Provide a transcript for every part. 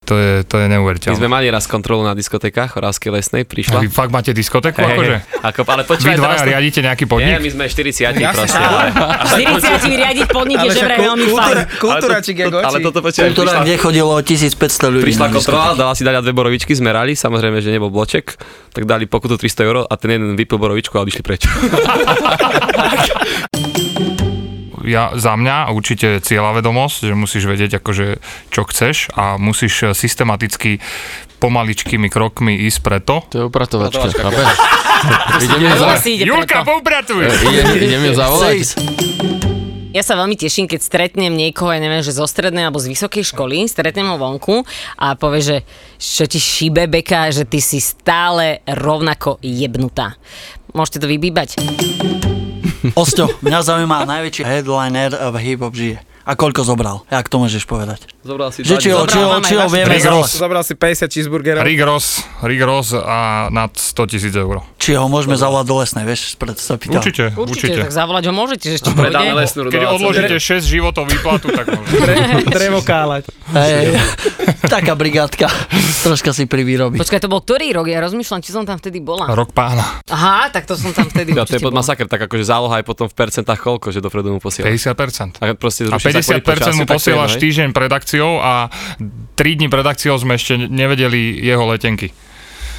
to je, to je neuveriteľné. My sme mali raz kontrolu na diskotékach Horavskej lesnej, prišla. Vy fakt máte diskotéku? Hej, akože? hej. Ako, ale počkaj, Vy teraz... dvaja riadite nejaký Nie, podnik? my sme 40 Jasne, proste. áno. Ale, ale, 40 riadiť podnik je že vraj veľmi fajn. kultúra, kultúra ale, či to- to- ale toto počkaj, Kultúra, prišla, kde chodilo 1500 ľudí. prišla na kontrola, diskotéky. dala si dať dve borovičky, zmerali, samozrejme, že nebol bloček, tak dali pokutu 300 eur a ten jeden vypil borovičku a odišli preč. ja, za mňa určite cieľa vedomosť, že musíš vedieť akože čo chceš a musíš systematicky pomaličkými krokmi ísť preto. To je upratovačka, chápeš? Ide mi za... Ona si ide Julka, preto. E, poupratuj! Ide, ide mi Chce zavolať. ísť. Ja sa veľmi teším, keď stretnem niekoho, ja neviem, že zo strednej alebo z vysokej školy, stretnem ho vonku a povie, že čo ti šíbe beka, že ty si stále rovnako jebnutá. Môžete to vybíbať. Osťo, mňa zaujíma najväčší headliner v hip-hop žije. A koľko zobral? Jak to môžeš povedať? Zobral si Že či ho, Zobral či ho, vám aj či ho vašu- vieme Rick Ross. zole- Zobral si 50 cheeseburgerov. Rick Ross, Rick Ross a nad 100 tisíc eur. Či ho môžeme zavolať do lesnej, vieš, pred sa pýtal. Určite, určite. tak zavolať ho môžete, že či Predáme pôjde. lesnú Keď odložíte 6 životov výplatu, tak možno. Drevo kálať. Hej, taká brigádka. Troška si pri výrobi. Počkaj, to bol ktorý rok? Ja rozmýšľam, či som tam vtedy bola. Rok pána. Aha, tak to som tam vtedy Ja, to je pod určite bola. masaker, tak akože záloha je potom v percentách koľko, že dopredu mu posiela. 50%. A proste A zruší sa kvôli 50% mu počasiu, tak to je, posielaš hej. týždeň pred akciou a 3 dní pred akciou sme ešte nevedeli jeho letenky.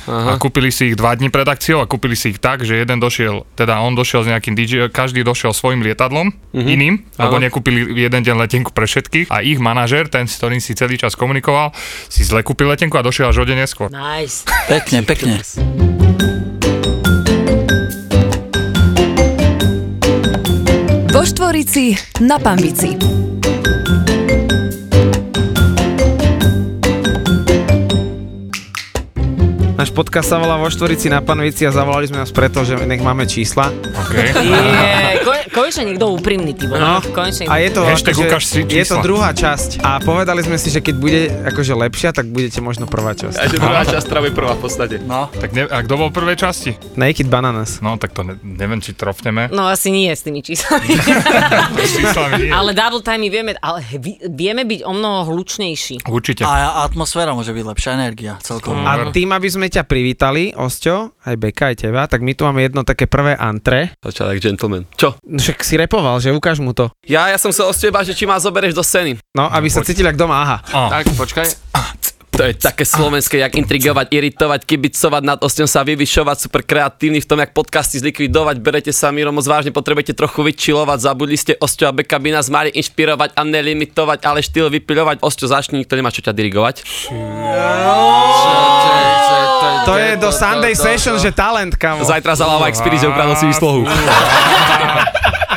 Aha. A kúpili si ich dva dní pred akciou a kúpili si ich tak, že jeden došiel, teda on došiel s nejakým DJ, každý došiel svojim lietadlom, iným, lebo Mhm. Áno. nekúpili jeden deň letenku pre všetkých a ich manažer, ten, s ktorým si celý čas komunikoval, si zle kúpil letenku a došiel až o deň No. neskôr. Nice. Pekne, pekne. Vo Štvorici na Pambici. Náš podcast sa volá Vo štvorici na panvici a zavolali sme vás preto, že nech máme čísla. Okay. Je, ko- konečne niekto úprimný, ty vole. No. Konečne A je to, Hashtag akože, ukáž si je čísla. to druhá časť. A povedali sme si, že keď bude akože lepšia, tak budete možno prvá časť. Takže druhá časť trávy prvá v podstate. No, Tak ne, a kto bol v prvej časti? Naked Bananas. No, tak to ne, neviem, či trofneme. No asi nie s tými číslami. S číslami nie. ale double time vieme, ale vi- vieme byť o mnoho hlučnejší. Určite. a atmosféra môže byť lepšia, energia celkovo. A tým, aby sme ťa privítali, Osťo, aj Beka, aj teba, tak my tu máme jedno také prvé antre. Začal jak gentleman. Čo? No Však si repoval, že ukáž mu to. Ja, ja som sa od teba, že či ma zoberieš do scény. No, aby sa cítil ako doma, aha. Tak, počkaj. To je také Ah. slovenské, jak intrigovať, iritovať, kibicovať, nad osťom sa vyvyšovať, super kreatívny v tom, jak podcasty zlikvidovať, berete sa Miro moc vážne, potrebujete trochu vyčilovať, zabudli ste osťo, aby by nás mali inšpirovať a nelimitovať, ale štýl vypilovať, osťo začni, nikto nemá čo ťa dirigovať. To je do Sunday Session, že talent, kamo. Zajtra za Lava Experience ukradol si mi slohu.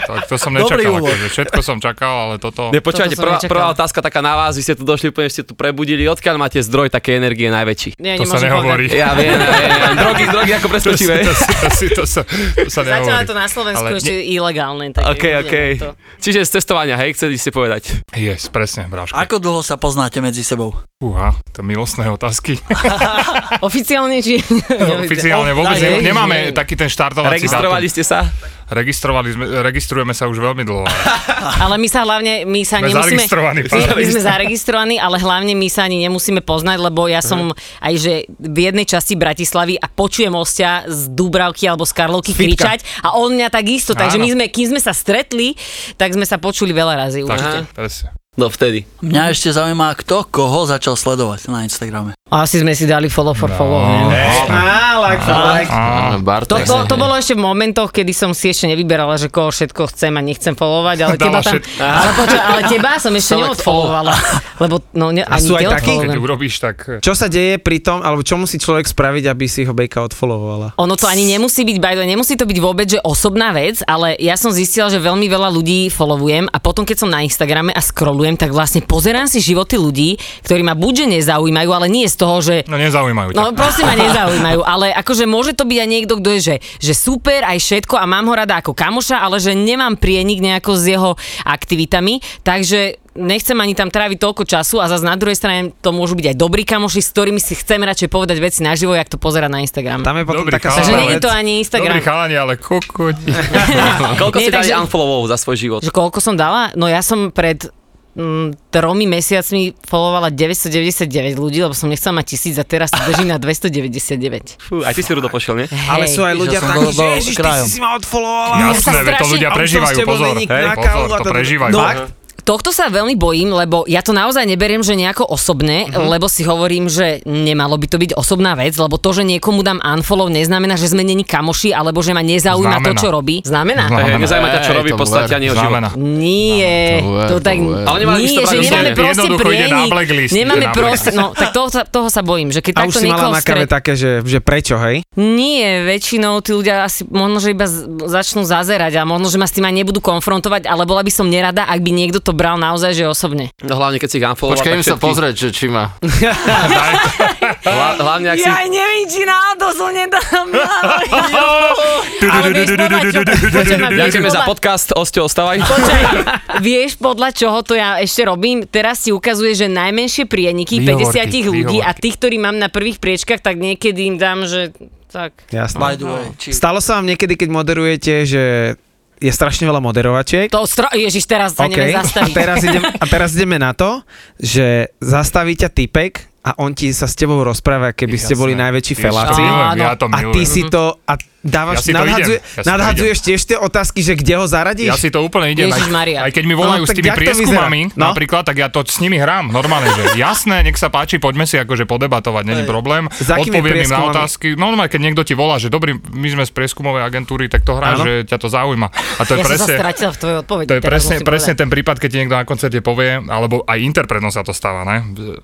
Tak to som Dobrý nečakal. úvod. Akože. Všetko som čakal, ale toto... Ne, počúvajte, Toto som prvá, nečakal. prvá, otázka taká na vás, vy ste tu došli, úplne ste tu prebudili, odkiaľ máte zdroj také energie najväčší? Ja To sa nemôžem nehovorí. povedať. Ja viem, ja viem, ja viem. drogy, drogy ako To, si, preskočíme. to, si, to, si, to, sa, to sa nehovorí. Zatiaľ je to na Slovensku Ale ešte ilegálne. Tak OK, neviem OK. to. Čiže z cestovania, hej, chceli ste povedať. Yes, presne, bráško. Ako dlho sa poznáte medzi sebou? Uha, to milostné otázky. Oficiálne či... Oficiálne vôbec daj, ne, daj, nemáme daj. taký ten štartovací Registrovali dátum. ste sa? Registrovali sme, registrujeme sa už veľmi dlho. Ale my sa hlavne, my sa Sme nemusíme... zaregistrovaní. My sme zaregistrovaní, ale hlavne my sa ani nemusíme poznať, lebo ja Mhm. som aj že v jednej časti Bratislavy a počujem osťa z Dubravky alebo z Karlovky kričať a on mňa takisto, takže Áno. my sme, kým sme sa stretli, tak sme sa počuli veľa Tak, razy určite. presne. No vtedy. Mňa ešte zaujíma, kto koho začal sledovať na Instagrame. A asi sme si dali follow for follow. No, Ne? Á, like for like. á, Áno, Bartek. To, to, to bolo ešte v momentoch, kedy som si ešte nevyberala, že koho všetko chcem a nechcem followovať, ale teba, Dala tam, všetko. ale, poča, ale teba som ešte neodfollowovala, lebo no, ne, A ani sú aj neodfollow- takí? Keď urobíš tak... Čo sa deje pri tom, alebo čo musí človek spraviť, aby si ho Bejka odfollowovala? Ono to ani nemusí byť, by the way, nemusí to byť vôbec, že osobná vec, ale ja som zistila, že veľmi veľa ľudí followujem a potom, keď som na Instagrame a scrollujem, tak vlastne pozerám si životy ľudí, ktorí ma buďže nezaujímajú, ale nie z toho, že No nezaujímajú ťa. No proste ma nezaujímajú, ale akože môže to byť aj niekto, kto je, že, že super, aj všetko a mám ho rada ako kamoša, ale že nemám prienik nejako s jeho aktivitami, takže nechcem ani tam tráviť toľko času a zase na druhej strane to môžu byť aj dobrí kamoši, s ktorými si chcem radšej povedať veci naživo, jak to pozera na Instagram. Tam je potom Dobrý chalán. taká Takže super nie je vec. to ani Instagram. Dobrý chalani, ale kokoti. Koľko Nie, ste dali takže- unfollowov za svoj život? Že koľko som dala? No ja som pred mm, tromi mesiacmi followovala 999 ľudí, lebo som nechcela mať tisíc a teraz to drží na 299. Fú, aj ty si Rudo pošiel, nie? Ale sú aj Išiel ľudia som takí, do- že do ježiš, ty krajom. si si ma odfollowovala. sa Jasné, veď to straším. ľudia A už som prežívajú, s tebou pozor. není Hej, na pozor, kávu a to to- prežívajú. No. Fakt? Tohto sa veľmi bojím, lebo ja to naozaj neberiem, že nejako osobné, mm-hmm. lebo si hovorím, že nemalo by to byť osobná vec, lebo to, že niekomu dám unfollow, neznamená, že sme není kamoši, alebo že ma nezaujíma Znamená. to, čo robí. Znamená? Znamená. Hej, nezaujíma ťa, čo Hej, robí to v podstate ver, ani o život. Znamená. Nie, To je, to, to tak... je. Ale nemáme nie, vystopanú že nemáme sériu. proste Jednoducho ide na prienik. blacklist, ide Nemáme na proste, no, tak toho, sa- toho sa bojím, že A keď už takto si niekoho mala na stretnem- kave také, že, že prečo, hej? Nie, väčšinou tí ľudia asi možno, že iba z- začnú zazerať a možno, že ma s tým aj nebudú konfrontovať, ale bola by som nerada, ak by niekto to bral naozaj, že osobne. No hlavne, keď si ich unfollowoval, Počkaj, tak idem sa všetky- pozrieť, že či má. Hla- Hlavne, ak si... neviem, či náhodou som nedám. Ďakujeme za podcast, Osteo, ostávaj. Vieš, podľa čoho to ja ešte robím? Teraz ti ukazuje, že najmenšie prieniky Výhovorky, 50 ľudí a výhovorky. tých, ktorí mám na prvých priečkách, tak niekedy im dám, že tak. By Jasné. the way. Či... Stalo sa vám niekedy, keď moderujete, že je strašne veľa moderovačiek? To stro... Ježiš, teraz sa okay. neviem A zastaviť. teraz, idem, a teraz ideme na to, že zastaví ťa typek a on ti sa s tebou rozpráva, keby ste boli najväčší feláci. milujem, ja to A ty milujem. si to, a dávaš, Ja si to nadhadzuje, idem, ja si to nadhadzuješ tiež tie otázky, že kde ho zaradíš? Ja si to úplne idem. aj- Ježišmaria. Aj keď mi volajú No, s tak tými jak to prieskumami, vyzerá? No. napríklad, tak ja to s nimi hrám normálne, že jasné, nech sa páči, poďme si akože podebatovať, není problém. Za Odpoviem im akými na prieskumami? otázky. No, normálne, keď niekto ti volá, že dobrý, my sme z prieskumovej agentúry, tak to hrá, Áno. že ťa to zaujíma. A to je ja som sa presne... stratila v tvojej odpovedi. To je teraz presne, musím presne povedať. ten prípad, keď ti niekto na koncerte povie, alebo aj interpretom sa to stáva, ne?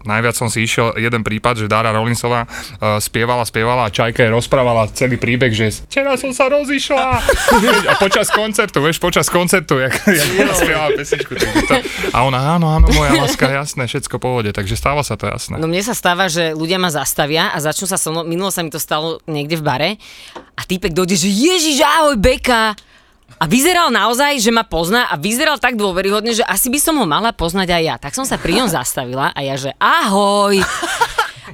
Najviac som si išiel jeden prípad, že Dara Rollinsová uh, spievala, spievala a Čajka jej rozprávala celý príbeh, že včera som sa rozišla a počas koncertu, vieš, počas koncertu, jak, jak ona spievala pesničku. tak to, a ona, áno, áno, moja láska, jasné, všetko v pohode, takže stáva sa to jasné. No mne sa stáva, že ľudia ma zastavia a začnú sa so mnou, minulo sa mi to stalo niekde v bare a týpek dojde, že ježiš, ahoj Beka. A vyzeral naozaj, že ma pozná a vyzeral tak dôveryhodne, že asi by som ho mala poznať aj ja. Tak som sa pri ňom zastavila a ja, že ahoj.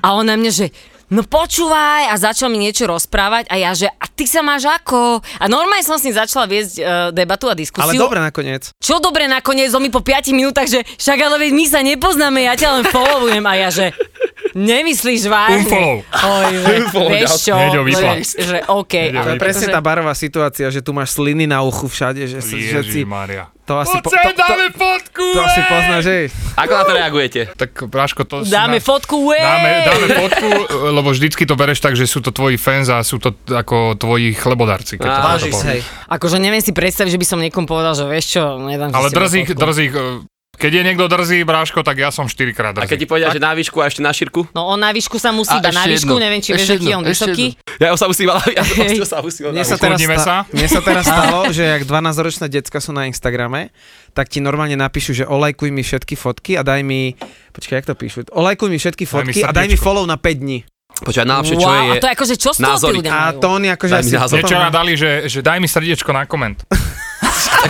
A on na mňa, že no počúvaj a začal mi niečo rozprávať a ja, že a ty sa máš ako? A normálne som s ním začala viesť e, debatu a diskusiu. Ale dobre nakoniec. Čo dobre nakoniec, on mi po 5 minútach, že však ale veď my sa nepoznáme, ja ťa len followujem a ja, že nemyslíš vážne. Unfollow. Oj, že, Unfollow, vieš ďalší. čo, Hneď ho vypla. že, že OK. Hneď ho ale To je presne akože- tá barová situácia, že tu máš sliny na uchu všade, že, si- že si, Maria. to asi Poď po- sem, to- to- dáme fotku! to asi ej! poznáš, že Ako na to reagujete? Tak Práško, to si Dáme na- fotku, ué! Dáme, dáme fotku, lebo vždycky to bereš tak, že sú to tvoji fans a sú to t- ako tvoji chlebodarci. Keď Á, to váži takto sa. poviem. Akože neviem si predstaviť, že by som niekomu povedal, že vieš čo, nedám si Ale s tebou drzých, fotku. drzých, e, keď je niekto drzý, bráško, tak ja som 4 krát A drzý. keď ti povedia, že na výšku a ešte na šírku? No on na výšku sa musí A iba na ešte výšku, jednu, neviem, či vieš, ešte aký je jednu, on ešte vysoký. Ja sa musím, ale ja Osteo sa musím. Mne sa, ale- teraz Uchudnime sa? sta- mne sa teraz stalo, že ak 12-ročné decka sú na Instagrame, tak ti normálne napíšu, že olajkuj mi všetky fotky a daj mi... Počkaj, jak to píšu? Olajkuj mi všetky Daj mi fotky a daj mi srdiečko. follow na 5 dní. Počkaj, najlepšie, čo Wow, a je... to je akože čo z toho tí názory. ľudia A majú? to oni akože... Daj mi asi názor. potom- Niečo nám dali, že, že daj mi srdiečko na koment.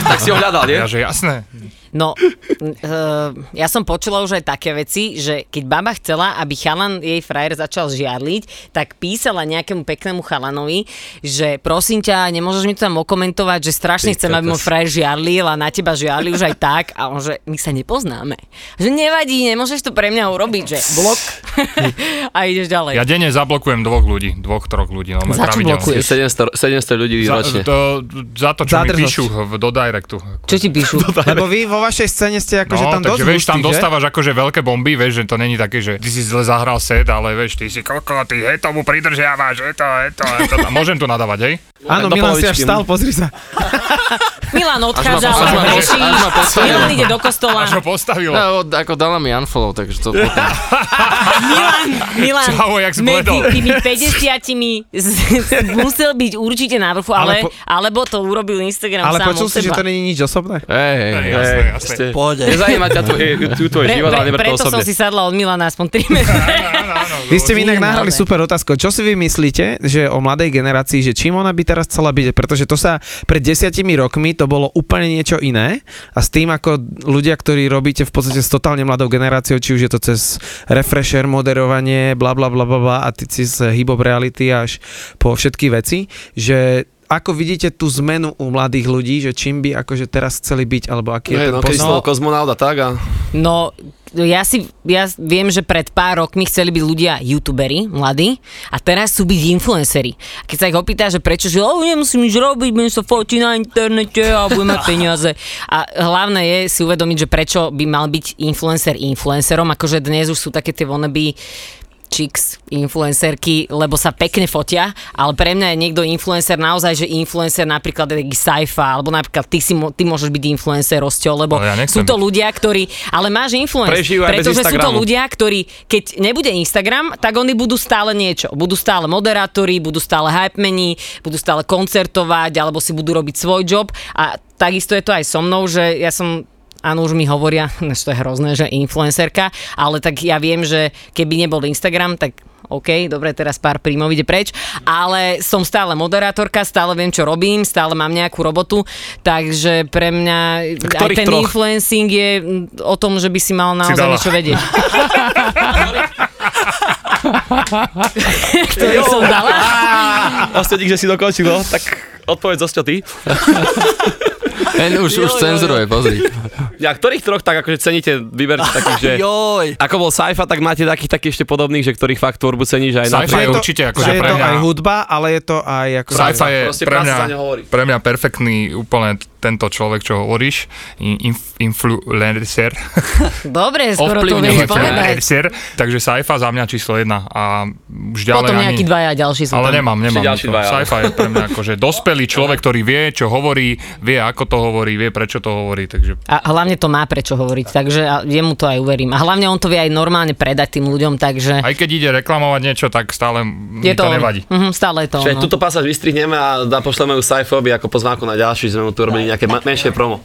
Tak si ho hľadal, nie? Ja, že jasné. No, uh, ja som počula už aj také veci, že keď baba chcela, aby chalan jej frajer začal žiarliť, tak písala nejakému peknému chalanovi, že prosím ťa, nemôžeš mi to tam okomentovať, že strašne Ty chcem, aby mu kokos. frajer žiarlil a na teba žiarli už aj tak a on, že my sa nepoznáme. Že nevadí, nemôžeš to pre mňa urobiť, že blok a ideš ďalej. Ja denne zablokujem dvoch ľudí, dvoch, troch ľudí. No, Za čo pravidelne. blokuješ? 700, 700 ľudí Za, ročne. to, za to, čo mi Zádržnosť. píšu v, do directu. Čo ti píšu? No Lebo vy vo vašej scéne ste akože no, tam dosť takže vieš, tam hustí, že? dostávaš akože veľké bomby, vieš, že to není také, že ty si zle zahral set, ale vieš, ty si koko, ty he tomu pridržiavaš, he to, he to, he to. A môžem tu nadávať, hej? Áno, Do Milan si až polovičky. vstal, pozri sa. Milan odchádza, až ma- Lebo až ma- prší. až ma postavil. Milan ide do kostola. Až ho postavilo. No, ako dala mi unfollow, takže to potom. Milan, Milan, Čau, jak medzi zbledol. tými 50 z- z- musel byť určite na vrchu, Ale ale, po- alebo to urobil Instagram Ale sám počul od si, že seba. to není nič osobné? Hej, hej, Hej, hej. jasné, jasné. Ste- Pohode. Nezajíma ťa tvoj, tu tvoj Pre, život, ale pre, neber to preto som osobne. si sadla od Milana aspoň 3 metre. Áno, áno, Vy ste mi inak Nie, nahrali ale- super otázku. Čo si vy myslíte, že o mladej generácii, že čím ona by teraz chcela byť? Pretože to sa pred desiatimi rokmi to bolo úplne niečo iné a s tým, ako ľudia, ktorí robíte v podstate s totálne mladou generáciou, či už je to cez refresher, moderovanie, bla bla bla bla, bla a ty si z hip reality až po všetky veci, že ako vidíte tú zmenu u mladých ľudí, že čím by akože teraz chceli byť, alebo aký je Hej, ten no, keď postoj? no, kozmonauta, tak a... No, ja si ja viem, že pred pár rokmi chceli byť ľudia youtuberi, mladí, a teraz sú byť influenceri. A keď sa ich opýta, že prečo, že oh, nemusím nič robiť, budem sa fotiť na internete a budem mať peniaze. A hlavné je si uvedomiť, že prečo by mal byť influencer influencerom, akože dnes už sú také tie wannabe chicks, influencerky, lebo sa pekne fotia, ale pre mňa je niekto influencer naozaj, že influencer napríklad taký Saifa, alebo napríklad ty, si, mo- ty môžeš byť influencer, Rosťo, lebo Ale No, ja nechcem sú to byť. ľudia, ktorí, ale máš influence, Prežijú aj bez pretože sú to Instagramu. ľudia, ktorí, keď nebude Instagram, tak oni budú stále niečo. Budú stále moderátori, budú stále hype mení, budú stále koncertovať, alebo si budú robiť svoj job. A takisto je to aj so mnou, že ja som Áno, už mi hovoria, že to je hrozné, že influencerka, ale tak ja viem, že keby nebol Instagram, tak OK, dobre, teraz pár príjmov ide preč, ale som stále moderátorka, stále viem, čo robím, stále mám nejakú robotu, takže pre mňa aj Ktorých ten troch? influencing je mm, o tom, že by si mal naozaj dala. niečo vedieť. Ktorý som dala? Ostio, dík, že si dokončil, no, tak odpovedz Ostio ty. Len už, už cenzuruje, pozri. Ja, ktorých troch tak akože ceníte, vyberte takých, že... Joj. Ako bol Saifa, tak máte takých takých ešte podobných, že ktorých fakt tvorbu ceníš aj na Sci-fi je to- určite akože Že je pre to mňa... aj hudba, ale je to aj ako... Sci-fi je Proste pre práca mňa, za ňo hovorí. pre mňa perfektný úplne tento človek, čo hovoríš, in- inf- influencer, Dobre, skoro to Ovplyvňuje vieš ťa. povedať. influencer, takže Saifa za mňa číslo jedna a už ďalej Potom ani... nejakí dvaja ďalší sú Ale tam. nemám, nemám. Ešte ďalší To- dvaja. Sci-fi je pre mňa akože dospelý človek, ktorý vie, čo hovorí, vie, ako to hovorí, vie, prečo to hovorí, takže A hlavne to má prečo hovoriť, takže a jemu to aj uverím. A hlavne on to vie aj normálne predať tým ľuďom, takže aj keď ide reklamovať niečo, tak stále mi je to, to, on. nevadí. Mhm, stále je to on. Čiže no. túto pasáž vystrihneme a dá- pošleme ju Saifovi ako pozvánku na ďalší, sme mu tu robili nejaké ma- menšie promo.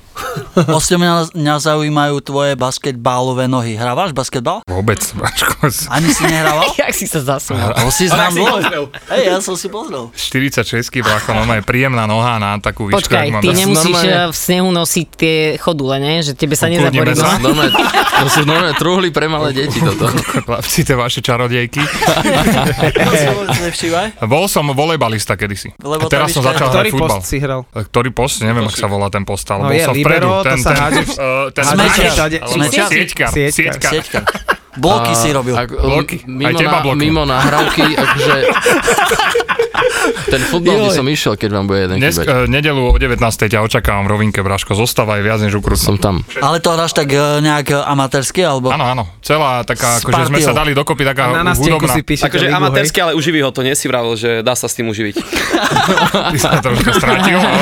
Vlastne mňa, mňa zaujímajú tvoje basketbalové nohy. Hrávaš basketbal? Vôbec, Mačko, s- Ani si nehrával? Jak si sa zasmial. Bol si Tak znám si bol? pozrel. Hej, ja som si pozrel. 46 brácho, no je príjemná noha na takú výšku. Počkaj, jak mám ty dnes. nemusíš normálne- eh, v snehu nosiť tie chodule, ne? Že tebe sa Ukludnime nezaborí. sa. noha. Normálne, to sú normálne truhly pre malé deti toto. Chlapci, tie vaše čarodejky. To si vôbec nevšímaj. Bol som volejbalista kedysi. a Lebo teraz tam som ešte- začal hrať Ktorý futbal. post si hral? Ktorý post? Neviem, ak sa volá ten post, ale No bol je, som libero, vpredu. to Ten, sa ten, hádže v- eh, ten Smečiar. hráč, Všade. alebo Smečiar. Sieťka. Sieťka. Sieťka. Sieťka. Bloky si robil. Ak, Bloky. Aj Mimo, teba na, blokujú. mimo nahrávky, akože... Ten futbal by som išiel, keď vám bude jeden Dnes, chýbať. eh, nedelu o 19.00 ťa očakávam v rovinke, Braško. Zostáva aj viac než ukrutná. Som tam. Ale to hráš tak e, nejak e, amatérsky, alebo... Áno, áno. Celá taká, S akože sme partiou. sa dali dokopy taká Na nástenku hudobná. si píšete Akože ligu, hej? amatérsky, ale uživí ho to, nie si vravil, že dá sa s tým uživiť. Ty sa troška stratil. ale-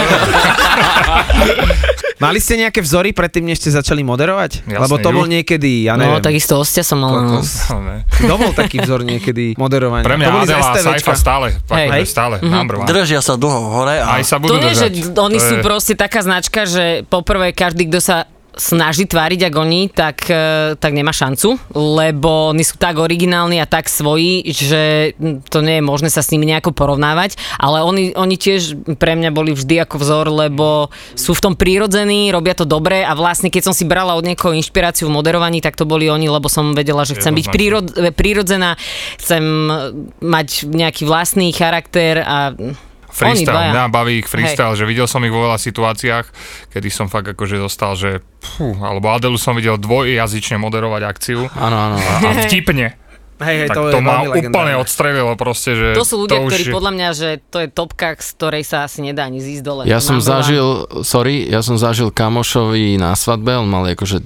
Mali ste nejaké vzory predtým, než ste začali moderovať? Jasne, Lebo to ju. bol niekedy, ja neviem. No, takisto osťa som mal. no. Ne. Kto bol taký vzor niekedy moderovania? Pre mňa to boli z Adela a STVčka. Saifa stále. Akože Hej. stále. Number one. Držia sa dlho hore a... Aj sa Mhm. To budú nie, že držať. oni To sú je- proste taká značka, že poprvé každý, kto sa snaží tváriť ako oni, tak, e, tak nemá šancu, lebo oni sú tak originálni a tak svoji, že mm, to nie je možné sa s nimi nejako porovnávať, ale oni, oni tiež pre mňa boli vždy ako vzor, lebo sú v tom prírodzení, robia to dobre a vlastne keď som si brala od niekoho inšpiráciu v moderovaní, tak to boli oni, lebo som vedela, že chcem byť Jednoznačne. prírod, e, prírodzená, chcem e, mať nejaký vlastný charakter a oni Freestyle, dvaja. mňa baví ich freestyle, že videl som ich vo veľa situáciách, kedy som fakt akože dostal, že pfú, alebo Adelu som videl dvojjazyčne moderovať akciu Áno, áno. a, a vtipne. Hej, hej, tak to, to, je ma veľmi úplne legendárne. odstrelilo proste, že To sú ľudia, to už ktorí je- podľa mňa, že to je topka, z ktorej sa asi nedá ani zísť dole. Ja som Mám veľa- zažil, sorry, ja som zažil kamošovi na svadbe, on mal akože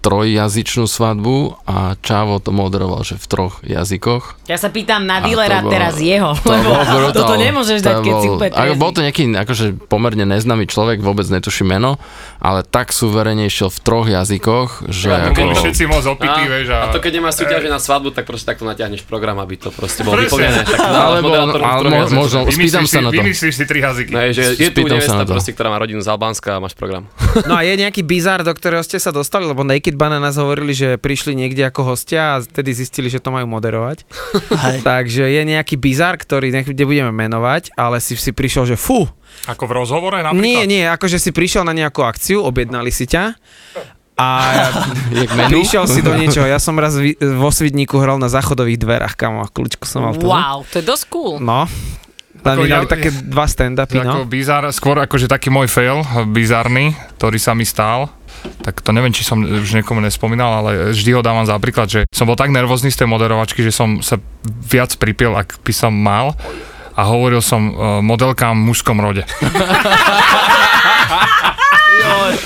trojjazyčnú svadbu a Čavo to moderoval, že v troch jazykoch. Ja sa pýtam na A to Willera bol- teraz jeho, to lebo bol brutál. toto nemôžeš To dať, keď si bol- úplne ako triezvy. Bol to nejaký akože pomerne neznámy človek, vôbec netuší meno, ale tak suverene išiel v troch jazykoch, že Ako boli ako... všetci moc opití, vieš, a, a to keď nemáš súťaže na svadbu, tak proste takto natiahneš program, aby to proste bolo Presne. vyplnené. Tak dávaš Alebo, moderátorom v ale troch mo, jazykoch. možno, spýtam vymyslíš, sa si, na to. vymyslíš si tri jazyky. Ne, že je tu Spýtam nevesta, sa na to. proste, ktorá má rodinu z Albánska a máš program. No a je nejaký bizár, do ktorého ste sa dostali, lebo Naked Bananas hovorili, že prišli niekde ako hostia a vtedy zistili, že to majú moderovať. Hej. Takže je nejaký bizár, ktorý nech- nebudeme menovať, ale si, si prišiel, že fú, Ako v rozhovore nie, napríklad? nie, akože si prišiel na nejakú akciu, objednali si ťa a Je k menu? prišiel si do niečoho. Ja som raz vi- vo Svidníku hral na záchodových dverách, kamo, a kľúčku som mal tu. Wow, to je dosť cool. No, Tam Ako mi dali ja- také dva stand-upy, Ako no. bizar, skôr akože taký môj fail, bizarný, ktorý sa mi stal. Tak to neviem, či som už niekomu nespomínal, ale vždy ho dávam za príklad, že som bol tak nervózny z tej moderovačky, že som sa viac pripil, ak by som mal a hovoril som uh, modelkám v mužskom rode.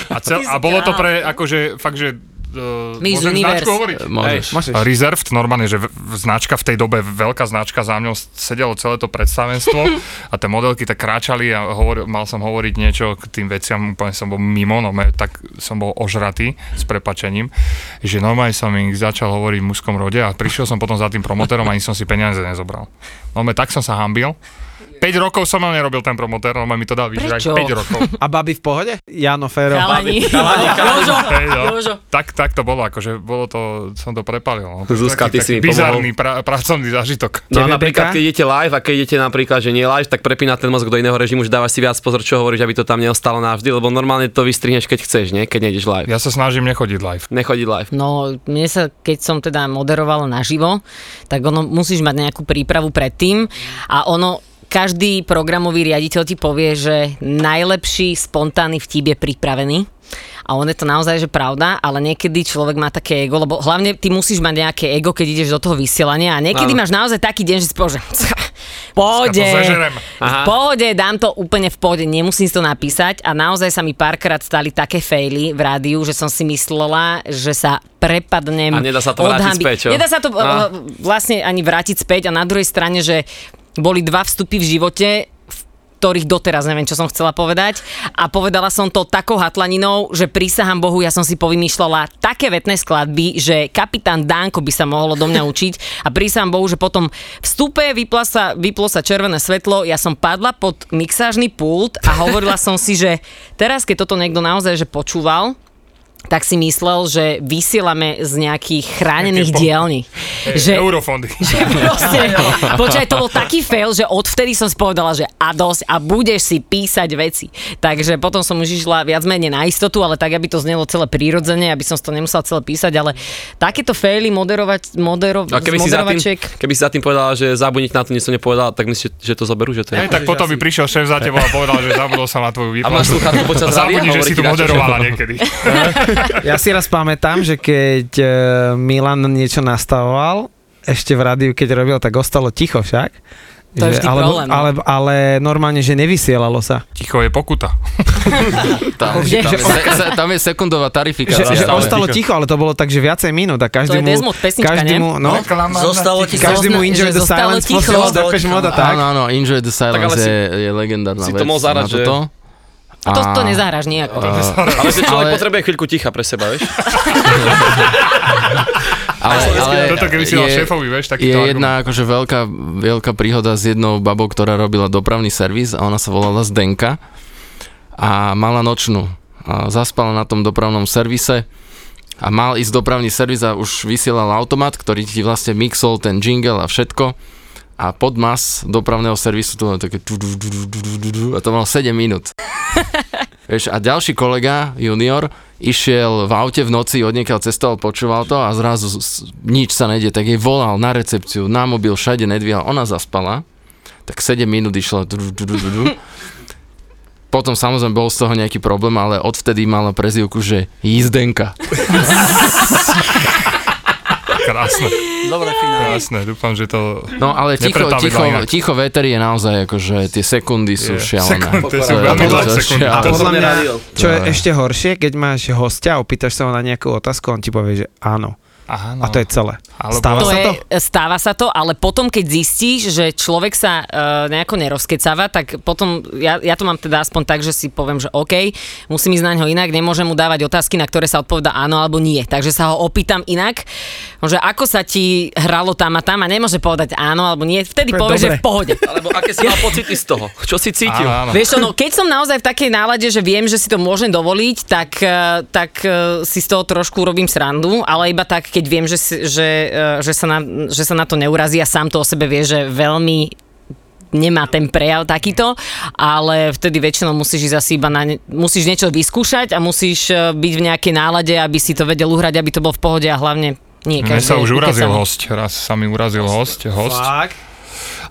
a, cel, a bolo to pre, akože, fakt, že uh, Miss môžem Universe. značku hovoriť? Môžeš. Môžeš. Reserved, normálne, že v- v- značka v tej dobe, veľká značka, za mňou s- sedelo celé to predstavenstvo a tie modelky tak kráčali a hovor, mal som hovoriť niečo k tým veciam, úplne som bol mimo, no me- tak som bol ožratý s prepačením, že normálne som ich začal hovoriť v mužskom rode a prišiel som potom za tým promotérom a ani som si peniaze nezobral. No me, tak som sa hambil. 5 rokov som ho nerobil ten promotér, no mi to dal vyžrať Prečo? 5 rokov. A baby v pohode? Jano Fero. Chalani. Jožo, Hej, no. Jožo. Tak, tak to bolo, akože bolo to, som to prepalil. No. Zuzka, Taký- ty si mi taký Bizarný pra, pracovný zážitok. No a TVBK? napríklad, keď idete live a keď idete napríklad, že nie live, tak prepína ten mozog do iného režimu, že dáva si viac pozor, čo hovoríš, aby to tam neostalo navždy, lebo normálne to vystrihneš, keď chceš, nie? Keď nejdeš live. Ja sa snažím nechodiť live. Nechodiť live. No, mne sa, keď som teda moderovala naživo, tak ono, musíš mať nejakú prípravu predtým a ono, každý programový riaditeľ ti povie, že najlepší spontánny vtip je pripravený. A on je to naozaj, že pravda, ale niekedy človek má také ego, lebo hlavne ty musíš mať nejaké ego, keď ideš do toho vysielania a niekedy Áno. máš naozaj taký deň, že si povieš, že pohode, Ja to zažerem. v pohode, dám to úplne v pohode, nemusím si to napísať a naozaj sa mi párkrát stali také fejly v rádiu, že som si myslela, že sa prepadnem A nedá sa to od vrátiť hanby. späť, čo? Nedá sa to No. no. vlastne ani vrátiť späť a na druhej strane, že boli dva vstupy v živote, v ktorých doteraz neviem, čo som chcela povedať. A povedala som to takou hatlaninou, že prísahám Bohu, ja som si povymýšľala také vetné skladby, že kapitán Danko by sa mohlo do mňa učiť. A prísahám Bohu, že potom vstupe vypla sa, vyplo sa červené svetlo, ja som padla pod mixážny pult a hovorila som si, že teraz, keď toto niekto naozaj že počúval, tak si myslel, že vysielame z nejakých chránených Nejaké po- dielní. Že... Že, Eurofondy. že proste, počkaj, to bol taký fail, že odvtedy som si povedala, že a dosť a budeš si písať veci. Takže potom som už išla viac menej na istotu, ale tak, aby to znelo celé prírodzene, aby som si to nemusela celé písať, ale takéto faily moderovať, moderovať, No, A keby si, za tým, moderovačiek... keby si za tým povedala, že zabudniť na to nič som nepovedala, tak myslíš, že to zoberú, že to Hej, je. tak potom by prišiel šéf za tebou a povedal, že zabudol som na tvoju A výplatu. máš sluchátko počas rádia? Zabudni, že hovorí si tu ti na čo moderovala niekedy. Ja si raz pamätám, že keď e, Milan niečo nastavoval, ešte v rádiu, keď robil, tak ostalo ticho však. To je vždy ale, problém, no. ale, ale normálne, že nevysielalo sa. Ticho je pokuta. Tam, Že- tam, je, se, se, tam je sekundová Že, tarifikácia. že ale- ostalo ticho, ale to bolo tak, že viacej minút a každému... Desmond pesnička, každému, no, Zostalo ti každému Zozna- Enjoy že the zostalo Silence ticho. posielal Zostalo Depeche ticho. Mode a tak. Áno, áno, Enjoy the Silence ale si- je, je legendárna si to vec. mohol zahrať, na toto. A to, to nezahraš nejako. Ale že človek Ale- potrebuje chvíľku ticha pre seba, vieš? Ale, ale Toto keby si dal je- šéfovi, vieš, takýto je argument. jedna akože veľká, veľká príhoda s jednou babou, ktorá robila dopravný servis a ona sa volala Zdenka a mala nočnú. A zaspala na tom dopravnom servise a mal ísť dopravný servis a už vysielal automat, ktorý ti vlastne mixol ten jingle a všetko a pod mas dopravného servisu to bolo také tu, tu, tu, tu, tu, tu, tu, tu, a to malo 7 minút. Vieš, a ďalší kolega, junior, išiel v aute v noci, odniekiaľ cestoval, počúval to a zrazu z- z- nič sa nejde, tak jej volal na recepciu, na mobil, všade nedvíhal, ona zaspala, tak 7 minút išlo. Du, du, du, du, du. Potom samozrejme bol z toho nejaký problém, ale odvtedy mala prezivku, že Jizdenka. Krásne, Dobre, finále. krásne. Dúfam, že to... No ale ticho, Nepretávidla ticho, inak. ticho veter je naozaj ako, že tie sekundy Je. sú šialené. Sekundy To sú je- veľmi to dlhé je sekundy. šialené. To Podľa som mňa, neradil. čo je To je- ešte horšie, keď máš hostia a opýtaš sa ho na nejakú otázku, on ti povie, že áno. Aha, no. A to je celé. Alebo- Stáva to sa je, to? Stáva sa to, ale potom, keď zistíš, že človek sa e, nejako nerozkecáva, tak potom, ja, ja to mám teda aspoň tak, že si poviem, že OK, musím ísť na ňo inak, nemôžem mu dávať otázky, na ktoré sa odpoveda áno alebo nie. Takže sa ho opýtam inak, že ako sa ti hralo tam a tam a nemôže povedať áno alebo nie, vtedy To je povie, že dobré. v pohode. Alebo aké si mal pocity z toho? Čo si cítil? Áno, áno. Vieš, ono, keď som naozaj v takej nálade, že viem, že si to môžem dovoliť, tak, eh, tak eh, si z toho trošku robím srandu, ale iba tak, keď viem, že, si- že, eh, že, sa, na, že sa na to neurazí a sám to o sebe vie, že veľmi nemá ten prejav takýto, ale vtedy väčšinou musíš ísť asi iba na... Ne- musíš niečo vyskúšať a musíš eh, byť v nejakej nálade, aby si to vedel uhrať, aby to bol v pohode a hlavne nie Mne každé. sa už urazil ukecané. host, raz sa mi urazil host, host. Fakt? A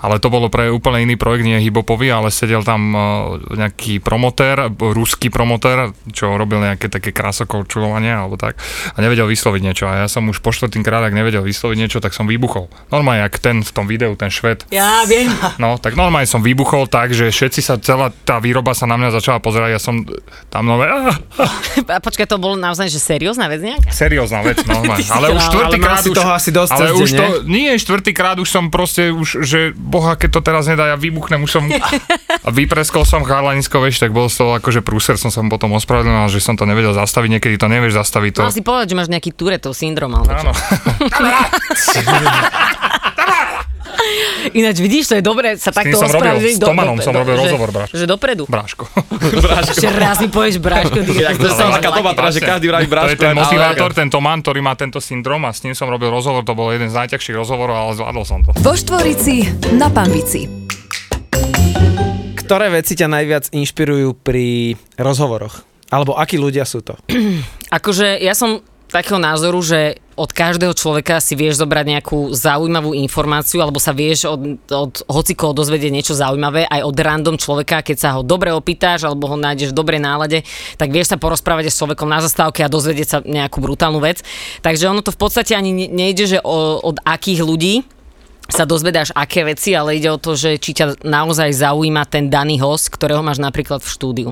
ale to bolo pre úplne iný projekt, nie hibopový, ale sedel tam eh, nejaký promotér, ruský promotér, čo robil nejaké také krásokoučulovanie alebo tak a nevedel vysloviť niečo a ja som už po štvrtýnkrát, ak nevedel vysloviť niečo, tak som vybuchol. Normálne, jak ten v tom videu, ten šved, Ja viem. No, tak normálne som vybuchol tak, že všetci sa, celá tá výroba sa na mňa začala pozerať, ja som tam nové, á, A počkaj, to bolo naozaj, že seriózna vec nejaká? seriózna vec, normálne. Ale už Ale štvrtýkrát mal si už... toho asi dosť ale cez už deň, to, nie, štvrtýkrát už som proste, už, že boha, keď to teraz nedá, ja vybuchnem, už som, a vypreskol som Harlanisko, vieš, tak bol z toho akože prúser, som sa mu potom ospravedlnil, že som to nevedel zastaviť, niekedy to nevieš zastaviť, to, Mal si povedať, že máš nejaký Turetov syndrom. Alebo čo. áno. Ináč vidíš, to je dobré sa takto som robil, ospravedlniť. s do- Tomanom do- som do- robil že- rozhovor, brat. Že dopredu. Bráško. Ešte raz mi povieš bráško. ty- Jak to je Ale- Vlastne, taká doba, teda, že každý vraví To bráško. je ten ale- motivátor, ten Tomán, ktorý má tento syndrom a s ním som robil rozhovor, to bol jeden z najťažších rozhovorov, ale zvládol som to. Vo Štvorici na Pambici. Ktoré veci ťa najviac inšpirujú pri rozhovoroch? Alebo akí ľudia sú to? Akože ja som takého názoru, že od každého človeka si vieš zobrať nejakú zaujímavú informáciu, alebo sa vieš od, od hocikoho dozvedieť niečo zaujímavé, aj od random človeka, keď sa ho dobre opýtáš, alebo ho nájdeš v dobrej nálade, tak vieš sa porozprávať aj s človekom na zastávke a dozvedieť sa nejakú brutálnu vec. Takže ono to v podstate ani ne- nejde, že o, od akých ľudí, sa dozvedáš aké veci, ale ide o to, že či ťa naozaj zaujíma ten daný host, ktorého máš napríklad v štúdiu.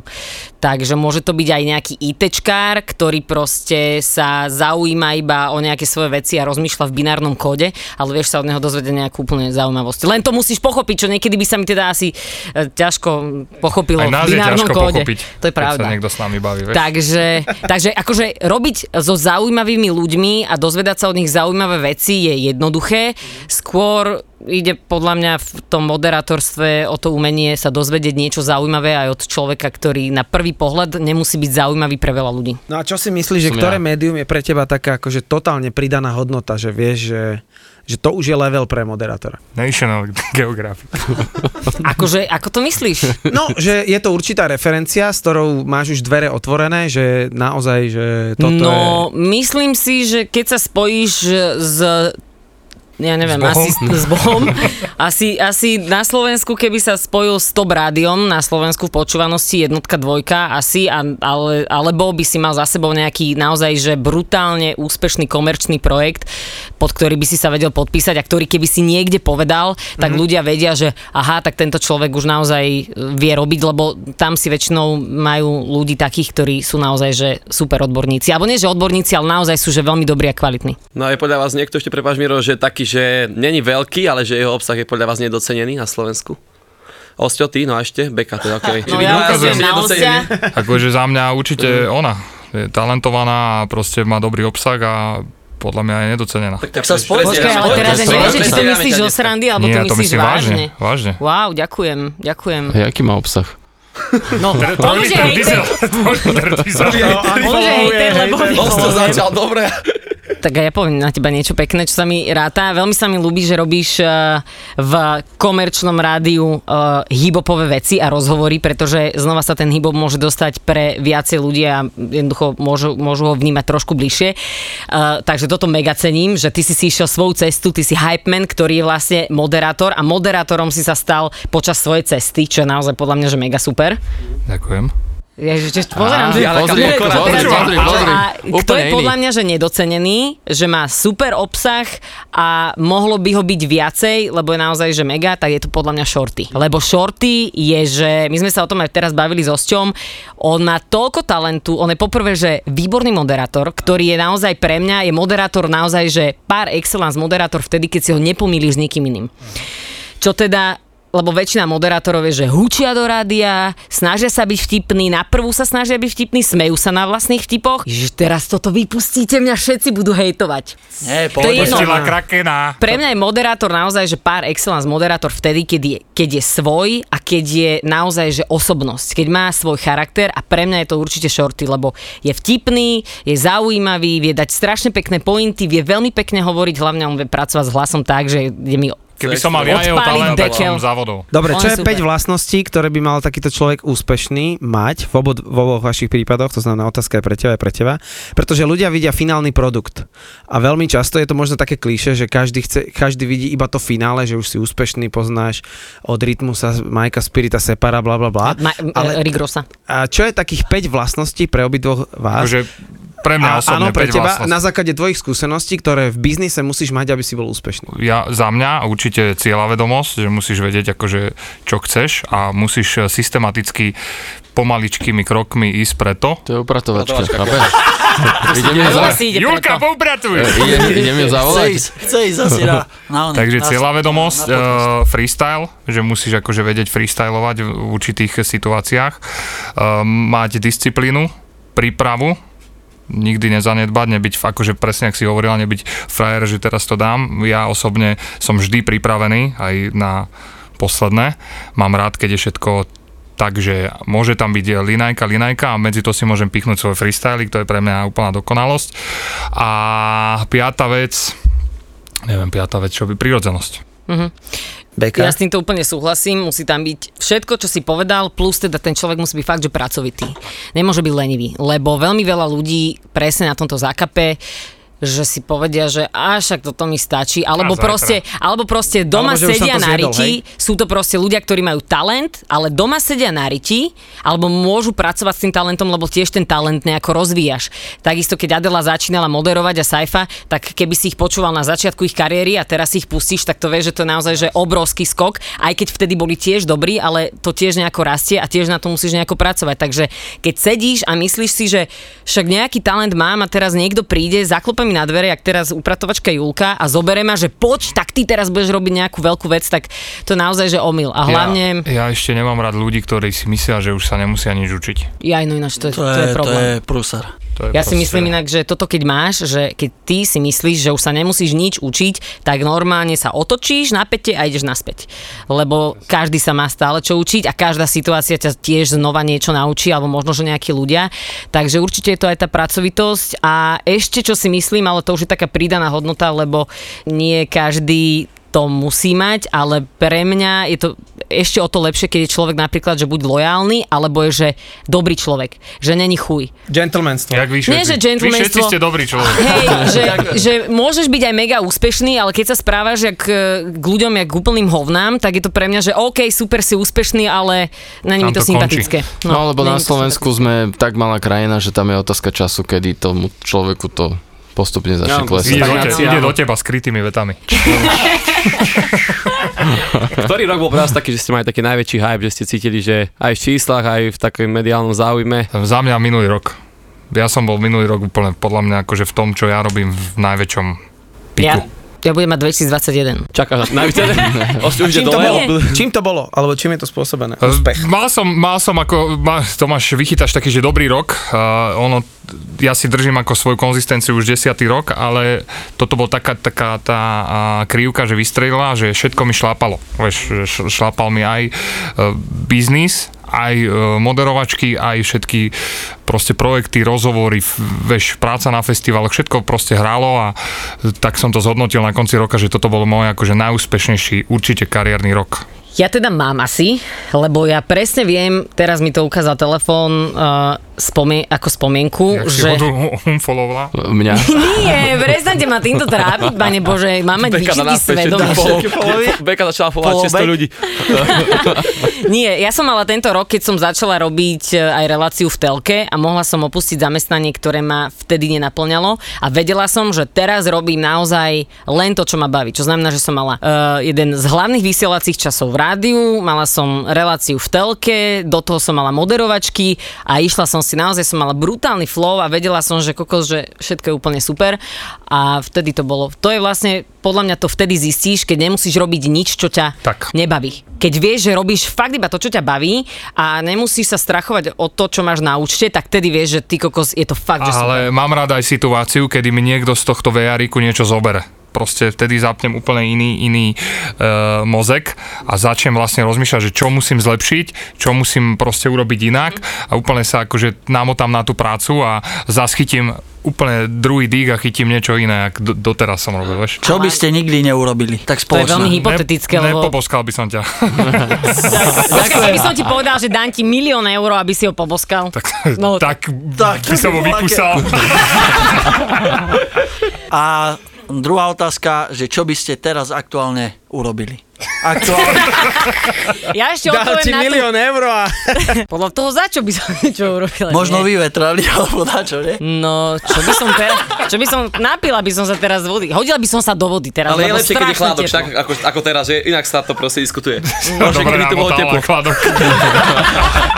Takže môže to byť aj nejaký ITčkár, ktorý proste sa zaujíma iba o nejaké svoje veci a rozmýšľa v binárnom kóde, ale vieš sa od neho dozvedieť nejakú úplne zaujímavosť. Len to musíš pochopiť, čo niekedy by sa mi teda asi e, ťažko pochopilo Aj nás je v binárnom ťažko no, kóde. pochopiť, to je keď pravda. sa niekto s nami baví, vieš. Takže, takže akože robiť so zaujímavými ľuďmi a dozvedať sa od nich zaujímavé veci je jednoduché. Skôr ide podľa mňa v tom moderátorstve o to umenie sa dozvedieť niečo zaujímavé aj od človeka, ktorý na prvý pohľad nemusí byť zaujímavý pre veľa ľudí. No a čo si myslíš, že Som ktoré ja. médium je pre teba taká akože totálne pridaná hodnota, že vieš, že, že to už je level pre moderátora? National Geographic. Akože, ako to myslíš? No, že je to určitá referencia, s ktorou máš už dvere otvorené, že naozaj, že toto no, je... myslím si, že keď sa spojíš s ja S neviem, Bohom? asi s Bohom. Asi, asi na Slovensku, keby sa spojil s Top Rádiom, na Slovensku v počúvanosti jednotka, dvojka asi, a, ale, alebo by si mal za sebou nejaký naozaj, že brutálne úspešný komerčný projekt, pod ktorý by si sa vedel podpísať a ktorý keby si niekde povedal, Mhm. tak mm-hmm. ľudia vedia, že aha, tak tento človek už naozaj e, vie robiť, lebo tam si väčšinou majú ľudí takých, ktorí sú naozaj, že super odborníci. Alebo nie, že odborníci, ale naozaj sú, že veľmi dobrí a kvalitní. No a je podľa vás niekto ešte, prepáč Miro, že taký, že není veľký, ale že jeho obsah je podľa vás nedocenený na Slovensku? Osťo, ty, no a ešte Beka, teda okej. No Čiže ja dvaja ukazujem ste na nedocenení. osia. Akože za mňa určite ona je talentovaná a proste má dobrý obsah a podľa mňa je nedocenená. Tak sa spolu- Presne, Počkaj, ale presne, teraz ja presne, neviem, že či presne, to presne, myslíš presne. o srandy, alebo Nie, ja to to myslíš myslím vážne. vážne. Vážne. Wow, ďakujem, ďakujem. A Jaký má obsah? No, Trojliter pomôže hejter, diesel, trojliter diesel. pomôže hejter, lebo Osto začal, dobre. Tak a ja poviem na teba niečo pekné, čo sa mi ráta. Veľmi sa mi ľúbi, že robíš eh, v komerčnom rádiu eh, hibopové veci a rozhovory, pretože znova sa ten hibop môže dostať pre viacej ľudí a jednoducho môžu, môžu ho vnímať trošku bližšie. Eh, Takže toto mega cením, že ty si si išiel svoju cestu, ty si hype man, ktorý je vlastne moderátor a moderátorom si sa stal počas svojej cesty, čo je naozaj podľa mňa že mega super. Ďakujem. Ježiš, čo pozerám, že... ale pozri, ako pozri, teraz- pozri, pozri. A kto Úplne je iný. podľa mňa, že nedocenený, že má super obsah a mohlo by ho byť viacej, lebo je naozaj, že mega, tak je to podľa mňa Shorty. Lebo Shorty je, že my sme sa o tom aj teraz bavili s Osťom, on má toľko talentu, on je poprvé, že výborný moderátor, ktorý je naozaj pre mňa, je moderátor naozaj, že pár excellence moderátor vtedy, keď si ho nepomýliš s nikým iným. Čo teda lebo väčšina moderátorov je, že hučia do rádia, snažia sa byť vtipní, na prvú sa snažia byť vtipní, smejú sa na vlastných vtipoch. Ježiš, teraz toto vypustíte, mňa všetci budú hejtovať. Nie, To je jedno. Pustila krakena. Pre mňa je moderátor naozaj, že pár excellence moderátor vtedy, keď je, keď je svoj a keď je naozaj, že osobnosť, keď má svoj charakter a pre mňa je to určite shorty, lebo je vtipný, je zaujímavý, vie dať strašne pekné pointy, vie veľmi pekne hovoriť, hlavne on vie pracovať s hlasom tak, že je mi Keby som mal ja jeho talent, Odpáliť tak som dekel. závodol. Dobre, On čo je je super. 5 vlastností, ktoré by mal takýto človek úspešný mať v, obod, v oboch vašich prípadoch, to znamená otázka je pre teba, je pre teba, pretože ľudia vidia finálny produkt a veľmi často je to možno také klíše, že každý, chce, každý vidí iba to finále, že už si úspešný, poznáš od rytmu sa Majka Spirita Separa, bla bla bla. Ma, e, ale... Rigrosa. A čo je takých 5 vlastností pre obidvoch vás? Takže Akože pre mňa A, osobne áno, pre 5 teba, vlastností. na základe tvojich skúseností, ktoré v biznise musíš mať, aby si bol úspešný. ja, za mňa určite cieľavedomosť, že musíš vedieť akože čo chceš a musíš eh, systematicky pomaličkými krokmi ísť preto. To je upratovačka, chápeš? Idem ju za... Ona si ide Julka, preto. poupratuj! Idem, idem ju Chce zavolať? ísť, chce ísť asi na, na oný, Takže Hm, na- cieľavedomosť, na podcast. eh, freestyle, že musíš akože vedieť freestylovať v v určitých situáciách, eh, mať disciplínu, prípravu, nikdy nezanedbať, nebyť, v- akože presne, ak si hovorila, nebyť frajer, že teraz to dám. Ja osobne som vždy pripravený aj na posledné. Mám rád, keď je všetko Takže môže tam byť linajka, linajka a medzi to si môžem pichnúť svoje freestyly, to je pre mňa úplná dokonalosť. A piata vec, neviem, piata vec, čo by prirodzenosť. Beka? Ja s týmto úplne súhlasím, musí tam byť všetko, čo si povedal, plus teda ten človek musí byť fakt, že pracovitý. Nemôže byť lenivý, lebo veľmi veľa ľudí presne na tomto zákape že si povedia, že a však toto mi stačí, alebo zajtra. proste, alebo proste doma Alebo že už som sedia to na zjedol, riti, sú to proste ľudia, ktorí majú talent, ale doma sedia na riti, alebo môžu pracovať s tým talentom, lebo tiež ten talent nejako rozvíjaš. Takisto keď Adela začínala moderovať a Saifa, tak keby si ich počúval na začiatku ich kariéry a teraz si ich pustíš, tak to vieš, že to je naozaj že obrovský skok, aj keď vtedy boli tiež dobrí, ale to tiež nejako rastie a tiež na to musíš nejako pracovať. Takže keď sedíš a myslíš si, že však nejaký talent mám a teraz niekto príde, zaklope mi na dvere, jak teraz upratovačka Julka a zobere ma, že poď, tak ty teraz budeš robiť nejakú veľkú vec, tak to naozaj, že omyl. A hlavne, Ja, ja ešte nemám rád ľudí, ktorí si myslia, že už sa nemusia nič učiť. ja, ja no ináč, to je, To je, to problém. je prúser. To je Ja si proste- myslím inak, že toto keď máš, že keď ty si myslíš, že už sa nemusíš nič učiť, tak normálne sa otočíš na pete a ideš naspäť. Lebo každý sa má stále čo učiť a každá situácia ťa tiež znova niečo naučí, alebo možno, že nejakí ľudia. Takže určite je to aj tá pracovitosť a ešte čo si myslím, ale to už je taká pridaná hodnota, lebo nie každý to musí mať, ale pre mňa je to ešte o to lepšie, keď je človek napríklad, že buď lojálny, alebo je, že dobrý človek, že není chuj. Gentlemanstvo. Jak vy všetci, Nie, vy že všetci gentlemanstvo. ste dobrý človek. Hej, že, že môžeš byť aj mega úspešný, ale keď sa správaš jak, e, k ľuďom, jak k úplným hovnám, tak je to pre mňa, že OK, super si úspešný, ale na Tam mi to to končí. sympatické. No, lebo není na to Slovensku sme tak malá krajina, že tam je otázka času, kedy tomu človeku to postupne Ja, začne klesať. Ide do, te, Stagnácia, ide áno. do teba skrytými vetami. Ktorý rok bol pre vás taký, že ste mali taký najväčší hype, že ste cítili, že aj v číslach, aj v takom mediálnom záujme. Za mňa minulý rok. Ja som bol minulý rok úplne podľa mňa akože v tom, čo ja robím v najväčšom sympatické. Ja, piku. ja budem mať 2021. Čakáš na najvyššie. Osť už ide Čím to, dole. bolo? lebo- čím to bolo? Alebo čím je to spôsobené? Eh, Úspech. Mal som, mal som ako, ma, Tomáš, vychytáš taký, že dobrý rok. Uh, ono, ja si držím ako svoju konzistenciu už desiatý rok, ale toto bol taká, taká tá uh, krivka, že vystrelila, že všetko mi šlápalo. Vieš, že š- šlápal mi aj uh, biznis, aj e, moderovačky, aj všetky proste projekty, rozhovory, f- veš, práca na festivaloch, všetko proste hralo a tak som to zhodnotil na konci roka, že toto bol môj akože najúspešnejší určite kariérny rok. Ja teda mám asi, lebo ja presne viem, teraz mi to ukázal telefón uh, spomie, ako spomienku, Jak si že... ho tu unfollowovala? Mňa. Nie, prestante ma týmto trápiť, pane Bože, máme výčitky svedomie. Beka začala folovať 600 ľudí. Nie, ja som mala tento rok, keď som začala robiť e, aj reláciu v telke a mohla som opustiť zamestnanie, ktoré ma vtedy nenaplňalo a vedela som, že teraz robím naozaj len to, čo ma baví. Čo znamená, že som mala uh, jeden z hlavných vysielacích časov v rádiu, mala som reláciu v telke, do toho som mala moderovačky a išla som si naozaj, som mala brutálny flow a vedela som, že kokos, že všetko je úplne super a vtedy to bolo. To je vlastne, podľa mňa to vtedy zistíš, keď nemusíš robiť nič, čo ťa Tak. nebaví. Keď vieš, že robíš fakt iba to, čo ťa baví a nemusíš sa strachovať o to, čo máš na účte, tak tedy vieš, že ty kokos je to fakt, že Ale mám rád aj situáciu, kedy mi niekto z tohto VR-iku niečo zobere. Proste vtedy zapnem úplne iný, iný uh, mozek a začnem vlastne rozmýšľať, že čo musím zlepšiť, čo musím proste urobiť inak a úplne sa akože namotám na tú prácu a zaschytím úplne druhý dík a chytím niečo iné, ak do, doteraz som robil, vieš. Čo by Ale- ste nikdy neurobili? Tak To je veľmi spoločne. hy- Hypotetické, ne, lebo- Nepoboskal by som ťa. Počkaj, keby som ti povedal, že dám ti milión eur, aby si ho poboskal. tak, no, No, tak, tak tak, by to som by ho bolo vykusal. A druhá otázka, že čo by ste teraz aktuálne urobili? Aktuálne. Ja Dal ešte ti odpoviem na to, milión eur a... podľa toho, za čo by som niečo urobila. Možno nie? vyvetrali, alebo na čo, nie? No, čo by som teraz, čo by som, napila by som sa teraz z vody, hodila by som sa do vody teraz, Ale je lebo lepšie, keď je strašne chládok, teplo. Mm. tak, ako, ako teraz, že inak sa to proste diskutuje. No, Horšie, dobre, keby to bolo namotal, teplo. chladok.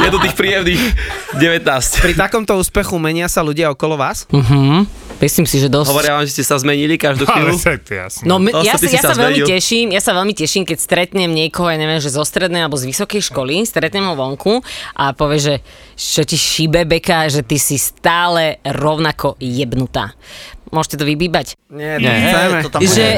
Je do tých príjemných 19. Pri takomto úspechu menia sa ľudia okolo vás? Hm. Myslím si, že dosť. Hovoria vám, že ste sa zmenili každú Ale chvíľu. sa, jasne. No, m- Vlastne ja, ty si, si ja sa sa veľmi zmenil. teším, ja sa veľmi teším, keď stretnem niekoho, ja neviem, že zo strednej alebo z vysokej školy, stretnem ho vonku a povie, že čo ti šíbe beka, že ty si stále rovnako jebnutá. Môžete to vybíbať. Nie, Nie. chceme. to tam Že, bude.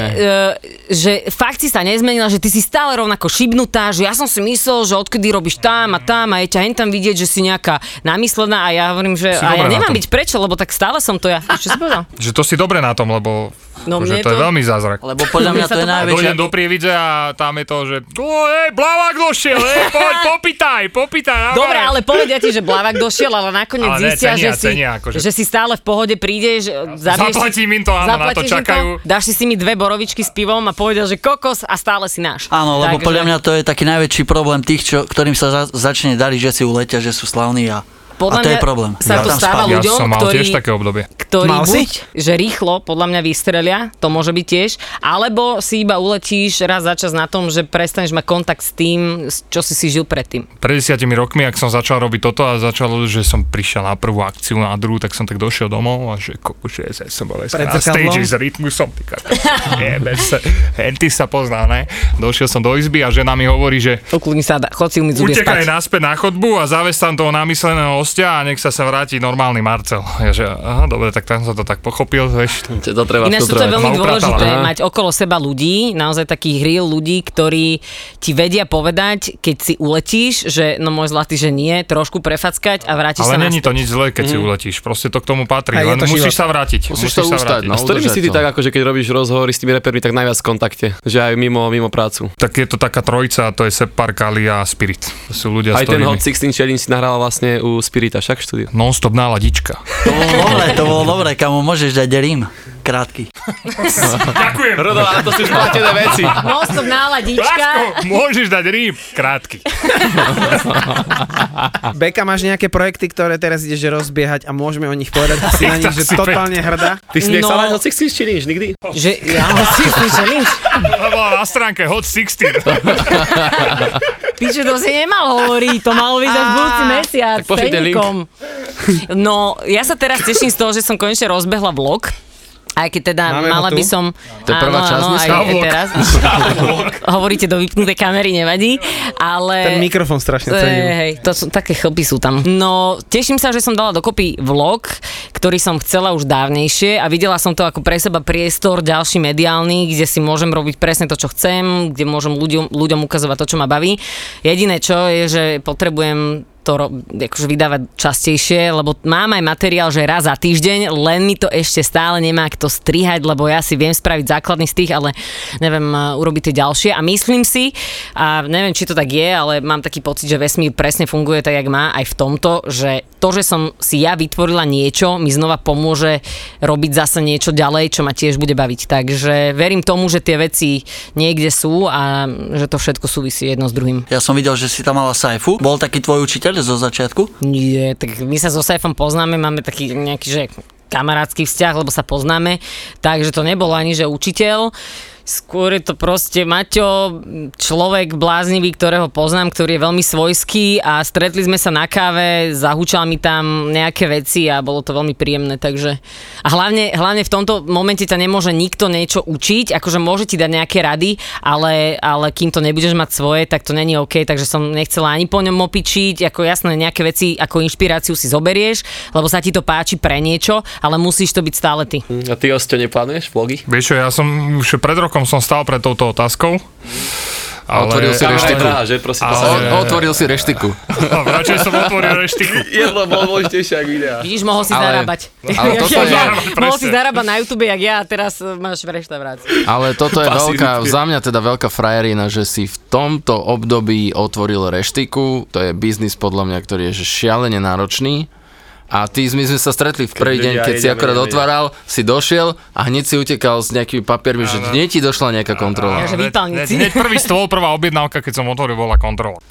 uh, že fakt si sa nezmenila, že ty si stále rovnako šibnutá, že ja som si myslel, že odkedy robíš tam a tam a je ťa hen tam vidieť, že si nejaká namyslená a ja hovorím, Si že a ja dobrá na nemám tom. byť prečo, lebo tak stále som to ja. Čo si povedal? Že to si dobre na tom, lebo No, no, že mne to, je to- veľmi zázrak. Lebo podľa mňa Mne sa to je to páči. najväčšia... Dojdem do Prievidze a tam je to, že o, hej, blavák došiel, hej, poď, popýtaj, popýtaj. na Dobre, bare." ale povedia ti, že Blavak došiel, ale nakoniec Ale ne, zistia, cenia, že, si, cenia, akože. že si stále v pohode prídeš, zabiješ Zaplatím im to, áno, na to zaplatíš im čakajú. dáš si s nimi dve borovičky s pivom a povedia, že kokos a stále si náš. Áno, lebo Takže podľa mňa to je taký najväčší problém tých, čo, ktorým sa za, začne dariť, že si uletia, že sú slavní a, Podľa a to je mňa problém. sa to tam stáva spadnem. Ja ľuďom, som mal ktorí- tiež také obdobie. ktorý Mal si? buď, že rýchlo podľa mňa vystrelia, to môže byť tiež, alebo si iba uletíš raz za čas na tom, že prestaneš mať kontakt s tým, s- čo si si žil predtým. Pred desiatimi rokmi, ak som začal robiť toto a začalo, že som prišiel na prvú akciu, na druhú, tak som tak došiel domov a že kokuče, ja som bol dneska Pred na zrkadlom? stage s rytmusom, ty kokos. Jebe sa, henty sa pozná, ne? Došiel som do izby a žena mi hovorí, že Ukludni sa, dá- chod si umyť zuby a spať. Utekaj naspäť na chodbu a zaves tam toho namysleného hostia a nech sa sa vráti normálny Marcel. Ja že, aha, dobre, tak tam som to tak pochopil, vieš. To, to treba Ináč toto je filtrovať. veľmi Ma upratala. dôležité, Aha. mať okolo seba ľudí, naozaj takých real ľudí, ktorí ti vedia povedať, keď si uletíš, že no môj zlatý, že nie, trošku prefackať a vrátiš sa Ale není naspäť. to nič zlé, keď si uletíš. Proste to k tomu patrí. A je Len to musíš život. sa vrátiť. Musíš to sa ustať, vrátiť. no. A s ktorými si ty udržať to. tak, akože keď robíš rozhovory s tými repermi, tak najviac v kontakte? Že aj mimo, mimo prácu. Tak je to taká trojica, to je Separ, Kali a Spirit. To sú ľudia, Aj s ten Hot ktorými... 16 Challenge si nahral vlastne u Spirita, však v štúdiu. Non-stop náladička. To bolo dobre, to bolo dobre, kamo, môžeš dať rím. Krátky. Ďakujem. Rodová, to sú už platené veci. Mostov náladička. Lásko, môžeš dať rým. Krátky. Beka, máš nejaké projekty, ktoré teraz ideš rozbiehať a môžeme o nich povedať, že si na nich, že Si pekný. totálne hrdá? Ty si nechcel No. no. Hot 16 Challenge nikdy? Že, ja si myslím, To bola na stránke Hot 16. Piče, to si nemal hovoriť, to malo byť až budúci mesiac. Tak pošli ten link. Feníkom. No, ja sa teraz teším z toho, že som konečne rozbehla vlog. Aj keď teda Máme ho mala tu? by som... To je prvá áno, časť áno, aj, dneska? aj Vlog. teraz. Hovoríte do vypnutej kamery, nevadí. Ale... Ten mikrofón strašne Hej, cením. hej, to sú, také chlpy sú tam. No, teším sa, že som dala dokopy vlog, ktorý som chcela už dávnejšie a videla som to ako pre seba priestor ďalší mediálny, kde si môžem robiť presne to, čo chcem, kde môžem ľuďom, ľuďom ukazovať to, čo ma baví. Jediné čo je, že potrebujem to ro- akože vydávať častejšie, lebo mám aj materiál, že raz za týždeň, len mi to ešte stále nemá kto strihať, lebo ja si viem spraviť základný strih, ale neviem uh, urobiť tie ďalšie a myslím si, a neviem, či to tak je, ale mám taký pocit, že vesmír presne funguje tak, jak má aj v tomto, že to, že som si ja vytvorila niečo, mi znova pomôže robiť zase niečo ďalej, čo ma tiež bude baviť. Takže verím tomu, že tie veci niekde sú a že to všetko súvisí jedno s druhým. Ja som videl, že si tam mala sajfu. Bol taký tvoj učiteľ zo začiatku? Nie, tak my sa so Saifom poznáme, máme taký nejaký, že kamarátsky vzťah, lebo sa poznáme, takže to nebol ani, že učiteľ, skôr je to proste Maťo, človek bláznivý, ktorého poznám, ktorý je veľmi svojský a stretli sme sa na káve, zahúčal mi tam nejaké veci a bolo to veľmi príjemné, takže a hlavne, hlavne v tomto momente ťa nemôže nikto niečo učiť, akože môže ti dať nejaké rady, ale, ale kým to nebudeš mať svoje, tak to není OK, takže som nechcela ani po ňom opičiť, ako jasné, nejaké veci ako inšpiráciu si zoberieš, lebo sa ti to páči pre niečo, ale musíš to byť stále ty. Mm. Mm, A ty, Osťo, neplánuješ vlogy? Vieš čo, ja som už pred rokom som stál pred touto otázkou Ale, otvoril si ale- reštiku. Práha, že? Prosím, to sa Ale- nedá. O, otvoril si reštiku. No, radšej som otvoril reštiku. Jedlo bol dôležitejšie ako videa. Vidíš, mohol si Ale- zarábať. ale Jak toto ja, je- ja, Presne. mohol si zarábať na YouTube, jak ja, a teraz e, máš v reštaurácii. Ale toto je Pasívny veľká, typ. za mňa teda veľká frajerina, že si v tomto období otvoril reštiku, to je biznis podľa mňa, ktorý je že šialene náročný. A ty, my sme sa stretli v prvý ľudia deň, keď si jedia, akorát jedia. otváral, si došiel a hneď si utekal s nejakými papiermi, že hneď ti došla nejaká kontrola. Ja, že vypálnici. Hneď prvý stôl, prvá objednávka, keď som otvoril, bola kontrola.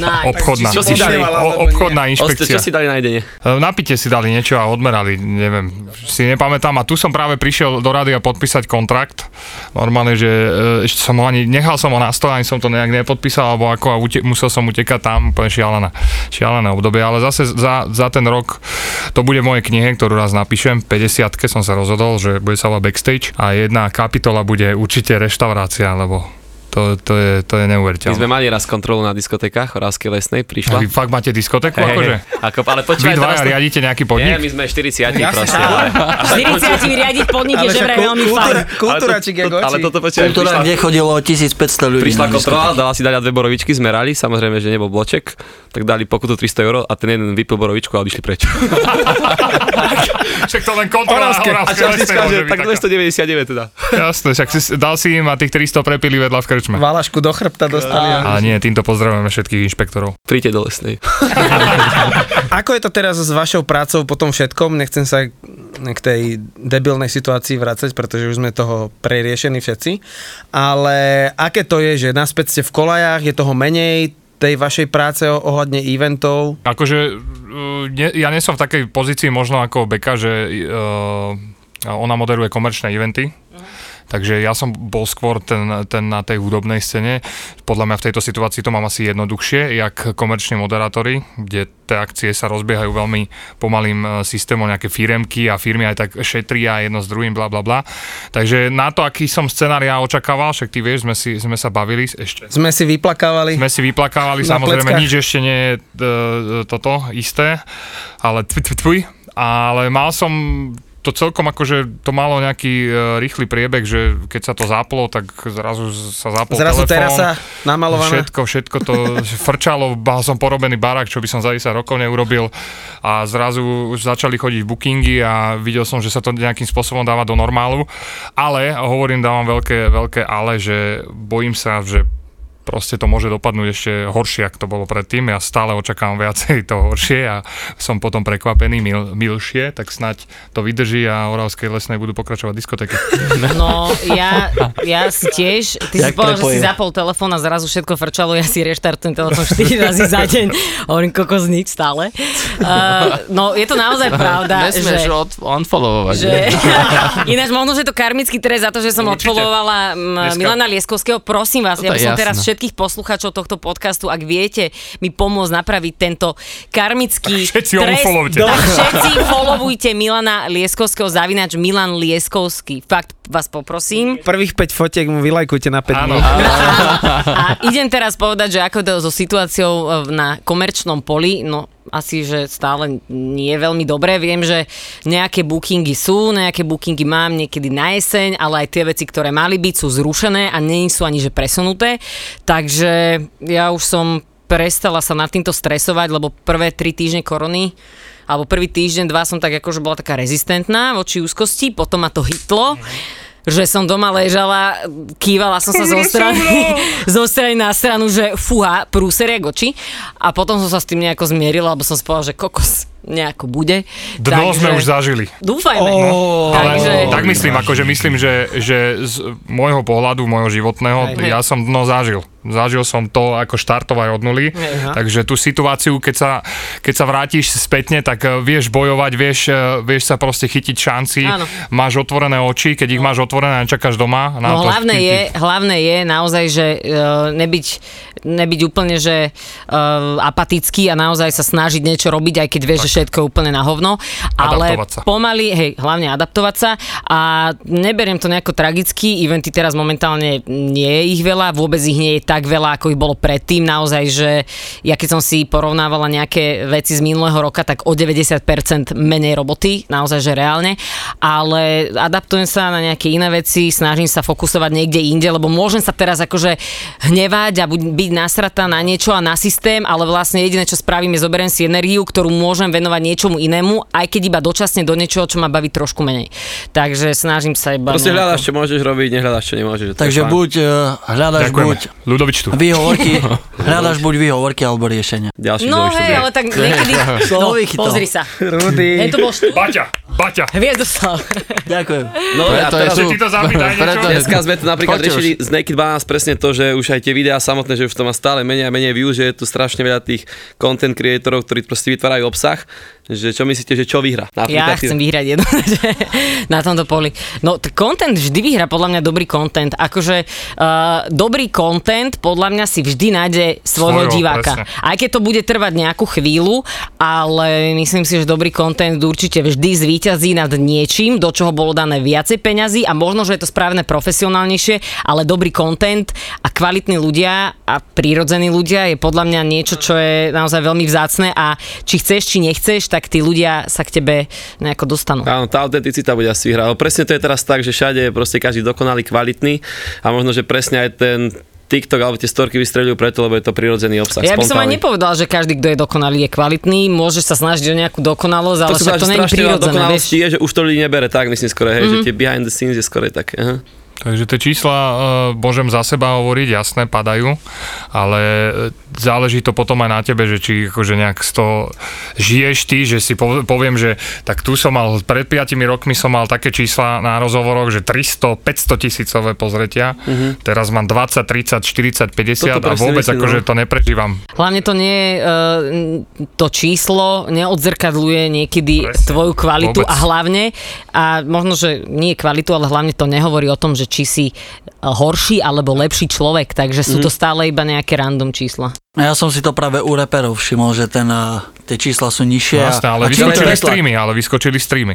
Nice. Obchodná. Čo si dali? O, obchodná Oste, inšpekcia. čo si dali na jedenie? E, Napite si dali niečo a odmerali, neviem, si nepamätám. A tu som práve prišiel do rady a podpísať kontrakt. Normálne, že e, ešte som ho ani, nechal som ho na stole, ani som to nejak nepodpísal, alebo ako a ute, musel som utekať tam, úplne šialené, šialené obdobie. Ale zase za, za ten rok, to bude v mojej knihe, ktorú raz napíšem, 50 som sa rozhodol, že bude sa volať backstage a jedna kapitola bude určite reštaurácia, lebo to, to, je, to je My sme neuveriteľné. mali raz kontrolu na diskotékách, Horávskej lesnej, A prišla. Vy fakt máte diskotéku? Hej, Akože? hej. Ako, ale Vy počúvaj, teraz dvaja to- riadite nejaký Nie, podnik? my sme 40 proste. Jasne. ale- 40 riadiť podnik je, že vraj veľmi fajn. Kultúračik je ale, to, to, ale toto počúvaj, Kultúra, prišla- kde chodilo 1500 ľudí. Prišla na kontrola, dala si dať dve borovičky, zmerali, samozrejme, že nebol bloček, tak dali pokutu 300 eur a ten jeden vypil borovičku a odišli preč. Však to len kontrola Oravské. A Oravské. čašnička, že môže byť tak taká. 299 teda. Jasné, však si, dal si im a tých 300 prepili vedľa v krčme. Valašku do chrbta Ah. dostali. Ale nie, týmto pozdravujeme všetkých inšpektorov. Príďte do lesnej. Ako je to teraz s vašou prácou po tom všetkom? Nechcem sa k tej debilnej situácii vrácať, pretože už sme toho preriešení všetci. Ale aké to je, že naspäť ste v kolajách, je toho menej, tej vašej práce o- ohľadne eventov? Akože, uh, ne, ja nie som v takej pozícii možno ako Beka, že uh, ona moderuje komerčné eventy, Takže ja som bol skôr ten, ten na tej hudobnej scéne. Podľa mňa v tejto situácii to mám asi jednoduchšie, jak komerční moderátori, kde tie akcie sa rozbiehajú veľmi pomalým e, systémom, nejaké firemky a firmy aj tak šetria jedno s druhým, bla bla bla. Takže na to, aký som scenár ja očakával, však ty vieš, sme, si, sme sa bavili ešte Sme si vyplakávali. sme si vyplakávali, Na samozrejme, pleckách. nič ešte nie je e, toto isté, ale tv, tv, tvuj. Ale mal som to celkom akože, to malo nejaký e, rýchly priebeh, že keď sa to zaplo, tak zrazu sa zapol Zrazu telefón. terasa namalovaná. Všetko, všetko to frčalo, mal som porobený barák, čo by som za 10 rokov neurobil a zrazu už začali chodiť bookingy a videl som, že sa to nejakým spôsobom dáva do normálu, ale, a hovorím, dávam veľké, veľké ale, že bojím sa, že proste to môže dopadnúť ešte horšie, ako to bolo predtým. Ja stále očakávam viacej to horšie a som potom prekvapený mil, milšie, tak snať to vydrží a Oravskej lesnej budú pokračovať diskotéky. No, ja, ja si tiež, ty si Jak povedal, že si prepoje. zapol telefón a zrazu všetko frčalo, ja si reštartujem telefón 4 razy za deň, hovorím kokos nič stále. Uh, no, je to naozaj pravda, že... Nesmieš od- unfollowovať. Že... Ináč možno, že je to karmický trest za to, že som Určite. odpolovala Dneska- No Milana Lieskovského. Prosím vás, Toto ja by je som jasné. teraz všetkých poslucháčov tohto podcastu, ak viete mi pomôcť napraviť tento Tak karmický všetci ho trest, unfollowte. tak všetci followujte Milana Lieskovského, zavinač Milan Lieskovský. Fakt vás poprosím. Prvých 5 fotiek mu vylajkujte na 5 Áno. minút. A idem teraz povedať, že ako to so situáciou e, na komerčnom poli, no asi, že stále nie je veľmi dobré. Viem, že nejaké bookingy sú, nejaké bookingy mám niekedy na jeseň, ale aj tie veci, ktoré mali byť, sú zrušené a nie sú ani že presunuté. Takže ja už som prestala sa nad týmto stresovať, lebo prvé tri týždne korony alebo prvý týždeň, dva som tak akože bola taká rezistentná voči úzkosti, potom ma to hitlo, že som doma ležala, kývala som sa zo strany, zo strany na stranu, že fuha, prúser jak oči a potom som sa s tým nejako zmierila, lebo som spovala, že kokos nejako bude. Dno sme už zažili. Dúfajme. no. Ale takže... tak myslím, akože myslím, že, že z môjho pohľadu, môjho životného, Hej. ja som dno zažil. Zažil som to, ako štartovať od nuly, takže tú situáciu, keď sa, keď sa vrátiš spätne, tak eh, vieš bojovať, vieš, eh, vieš sa proste chytiť šanci, Áno. máš otvorené oči, keď ich máš otvorené a čakáš doma. Na No to, hlavné ty- je, ty- hlavné je naozaj, že uh, nebyť, e, nebyť úplne, že uh, apatický a naozaj sa snažiť niečo robiť, aj keď vieš, že všetko úplne na hovno, ale Adaptovať sa. pomaly, hej, hlavne adaptovať sa a neberiem to nejako tragicky, eventy teraz momentálne nie je ich veľa, vôbec ich nie je tak veľa, ako ich bolo predtým, naozaj, že ja keď som si porovnávala nejaké veci z minulého roka, tak o 90% menej roboty, naozaj, že reálne, ale adaptujem sa na nejaké iné veci, snažím sa fokusovať niekde inde, lebo môžem sa teraz akože hnevať a buď byť nasratá na niečo a na systém, ale vlastne jediné, čo spravím, je zoberiem si energiu, ktorú môžem venovať niečomu inému, aj keď iba dočasne do niečoho, čo ma baví trošku menej. Takže snažím sa iba... Proste nejako- hľadaš, čo môžeš robiť, nehľadaš, čo nemôžeš. To je Takže fajn. buď eh, hľadaš Ďakujeme. buď Ľudovič tu. výhovorky, hľadaš buď výhovorky alebo riešenia. Ďalší No zaujímavý hej, štúdiak. ale tak niekedy... Slovo No, vychytal. pozri sa. Rudy. to bol štú... Baťa, Baťa. Hviezdoslav. Ďakujem. No a Preto je teraz tu. Ty to zapýtaj niečo? Preto je- Dneska sme tu napríklad Poďte už. riešili z Naked 12 presne to, že už aj tie videá samotné, že už to má stále menej a menej view, že je tu strašne veľa tých content creatorov, ktorí proste vytvárajú obsah. Že čo myslíte, že čo vyhra? Ja chcem vyhrať jedno na tomto poli. No, t- content vždy vyhra podľa mňa dobrý content. Akože uh, dobrý content podľa mňa si vždy nájde Svojho, svojho diváka. presne. Aj keď to bude trvať nejakú chvíľu, ale myslím si, že dobrý content určite vždy zvíťazí nad niečím, do čoho bolo dané viacej peňazí a možno, že je to správne profesionálnejšie, ale dobrý content a kvalitní ľudia a prírodzení ľudia je podľa mňa niečo, čo je naozaj veľmi vzácne a či chceš, či nechceš, tak tí ľudia sa k tebe nejako dostanú. Áno, tá autenticita bude asi vyhrať. Ale presne to je teraz tak, že všade je proste každý dokonalý, kvalitný a možno, že presne aj ten TikTok alebo tie storky vystreľujú preto, lebo je to prirodzený obsah. Ja by som aj spontánny. nepovedal, že každý, kto je dokonalý, je kvalitný, môže sa snažiť o nejakú dokonalosť, To, ale však to to nie strašne je veľa prírodzené. vieš. Mhm. dokonalosti je, že už to ľudí nebere tak, myslím skoro, hej, že tie behind the scenes je skore také. Aha. Takže tie čísla e, môžem za seba hovoriť, jasné, padajú, ale e, záleží to potom aj na tebe, že či akože nejak z toho žiješ ty, že si pov- poviem, že tak tu som mal, pred 5 rokmi som mal také čísla na rozhovoroch, že 300, 500 tisícové pozretia, teraz mám 20, 30, 40, 50 a Mhm. Toto presne vôbec myslím, akože no. to neprežívam. Hlavne to nie je, e, to číslo neodzrkadluje niekedy Presne. tvoju kvalitu Vôbec. a hlavne, a možno, že nie kvalitu, ale hlavne to nehovorí o tom, že či si e, horší alebo lepší človek, takže sú Mhm. to stále iba nejaké random čísla. Ja som si to práve u reperov všimol, že ten, a, tie čísla sú nižšie. a- No Jasné, ale a čím vyskočili to- Mm. streamy, ale vyskočili streamy.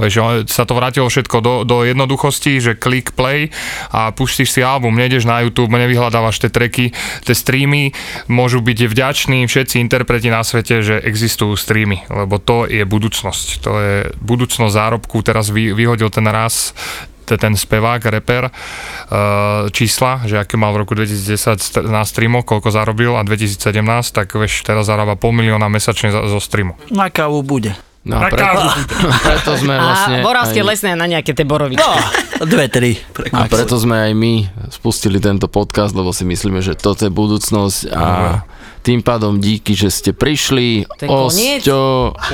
Vieš, on- sa to vrátilo všetko do, do jednoduchosti, že klik play a pustíš si album, nejdeš na YouTube, nevyhľadávaš tie tracky, tie streamy, môžu byť vďační všetci interpreti na svete, že existujú streamy, lebo to je budúcnosť, to je budúcnosť zárobku, teraz vy, vyhodil ten raz te- ten spevák, reper, eh, čísla, že aké mal v roku 2010 st- na streamo, koľko zarobil a 2017, tak vieš, teraz zarába pol milióna mesačne za- zo streamu. Na kávu bude. No a preto, preto sme a vlastne... voravste aj- lesné na nejaké tie borovičky. No, dve, tri. A preto sme aj my spustili tento podcast, lebo si myslíme, že toto je budúcnosť a tým pádom díky, že ste prišli. To je koniec? Osťo...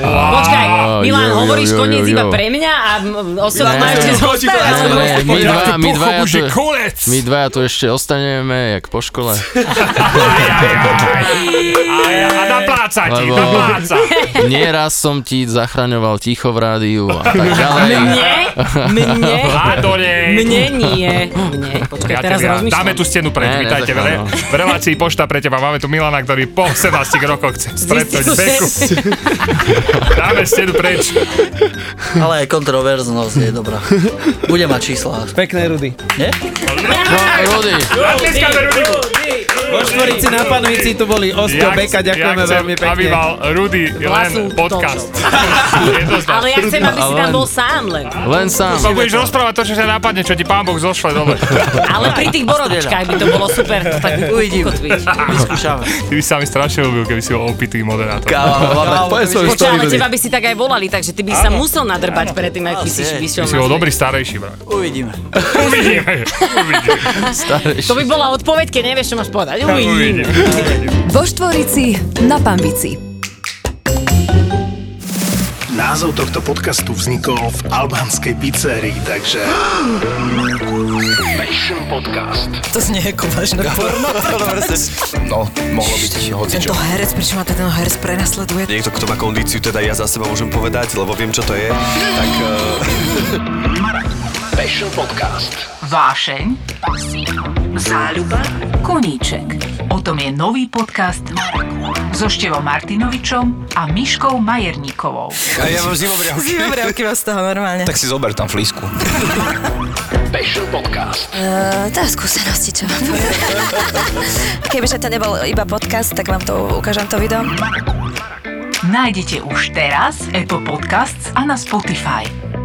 Počkaj, Á, Milan, jo, jo, hovoríš jo, koniec jo, iba jo. pre mňa a m, osoba má ešte zostať. Ne, vlastne ne, my dvaja, my dvaja, tu, Kulec! my dvaja tu ešte ostaneme, jak po škole. A napláca ti, Lebo- napláca. Nieraz som ti zachraňoval ticho v rádiu a tak ďalej. Mne? Mne? Adolej. Mne nie. Mne. Počkaj, teraz Priatelia, rozmýšľam. Dáme tu stenu preč, Ne, ne, vítajte tak v, re- áno. v relácii Pošta pre teba. Máme tu Milana, ktorý po 17 rokoch chce stretnúť Zistil, že- Beku. Dáme stenu preč. Ale aj kontroverznosť je dobrá. Bude mať čísla. Pekné rudy. No, Rudy, Dneska Rudy. Po štvorici na panvici tu boli Ostio Beka, ďakujeme chcem, veľmi pekne. aby mal Rudy len Hlasu podcast. Ale ja chcem, aby si tam Ale- bol sám len. len sám. Lebo budeš rozprávať to, čo sa napadne, čo ti pán Boh zošle dole. Ale pri tých borovičkách by to bolo super, to tak Uvidíme. ukotviť. Vyskúšame. Ty by sa mi strašne ľúbil, keby si bol opitý moderátor. Povedz svoju Počkaj, story, ale Rudy. teba by si tak aj volali, takže ty by si sa musel nadrbať predtým, ako by si Asi. vyšiel Si bol na dobrý starejší, brak. Uvidíme. Uvidíme. Uvidíme. To by bola odpoveď, keď nevieš, čo máš povedať. Uvidíme. Uvidíme. Vo Štvorici na Pambici. Názov tohto podcastu vznikol v albánskej pizzerii, takže... Passion Podcast. To znie ako vážne porno. No, mohlo byť hocičo. Tento herec, prečo ma ten herec prenasleduje? niekto, kto má kondíciu, teda ja za seba môžem povedať, lebo viem, čo to je, tak... eh, Passion Podcast. Vášeň, záľuba, koníček. O tom je nový podcast so Števom Martinovičom a Miškou Majerníkovou. A ja mám zimobriavky. Zimobriavky mám z toho normálne. Tak si zober tam flísku. Passion Podcast. Uh, tá skúsenosti, čo mám. Kebyže to nebol iba podcast, tak vám to ukážem to video. Nájdete už teraz Apple Podcasts a na Spotify.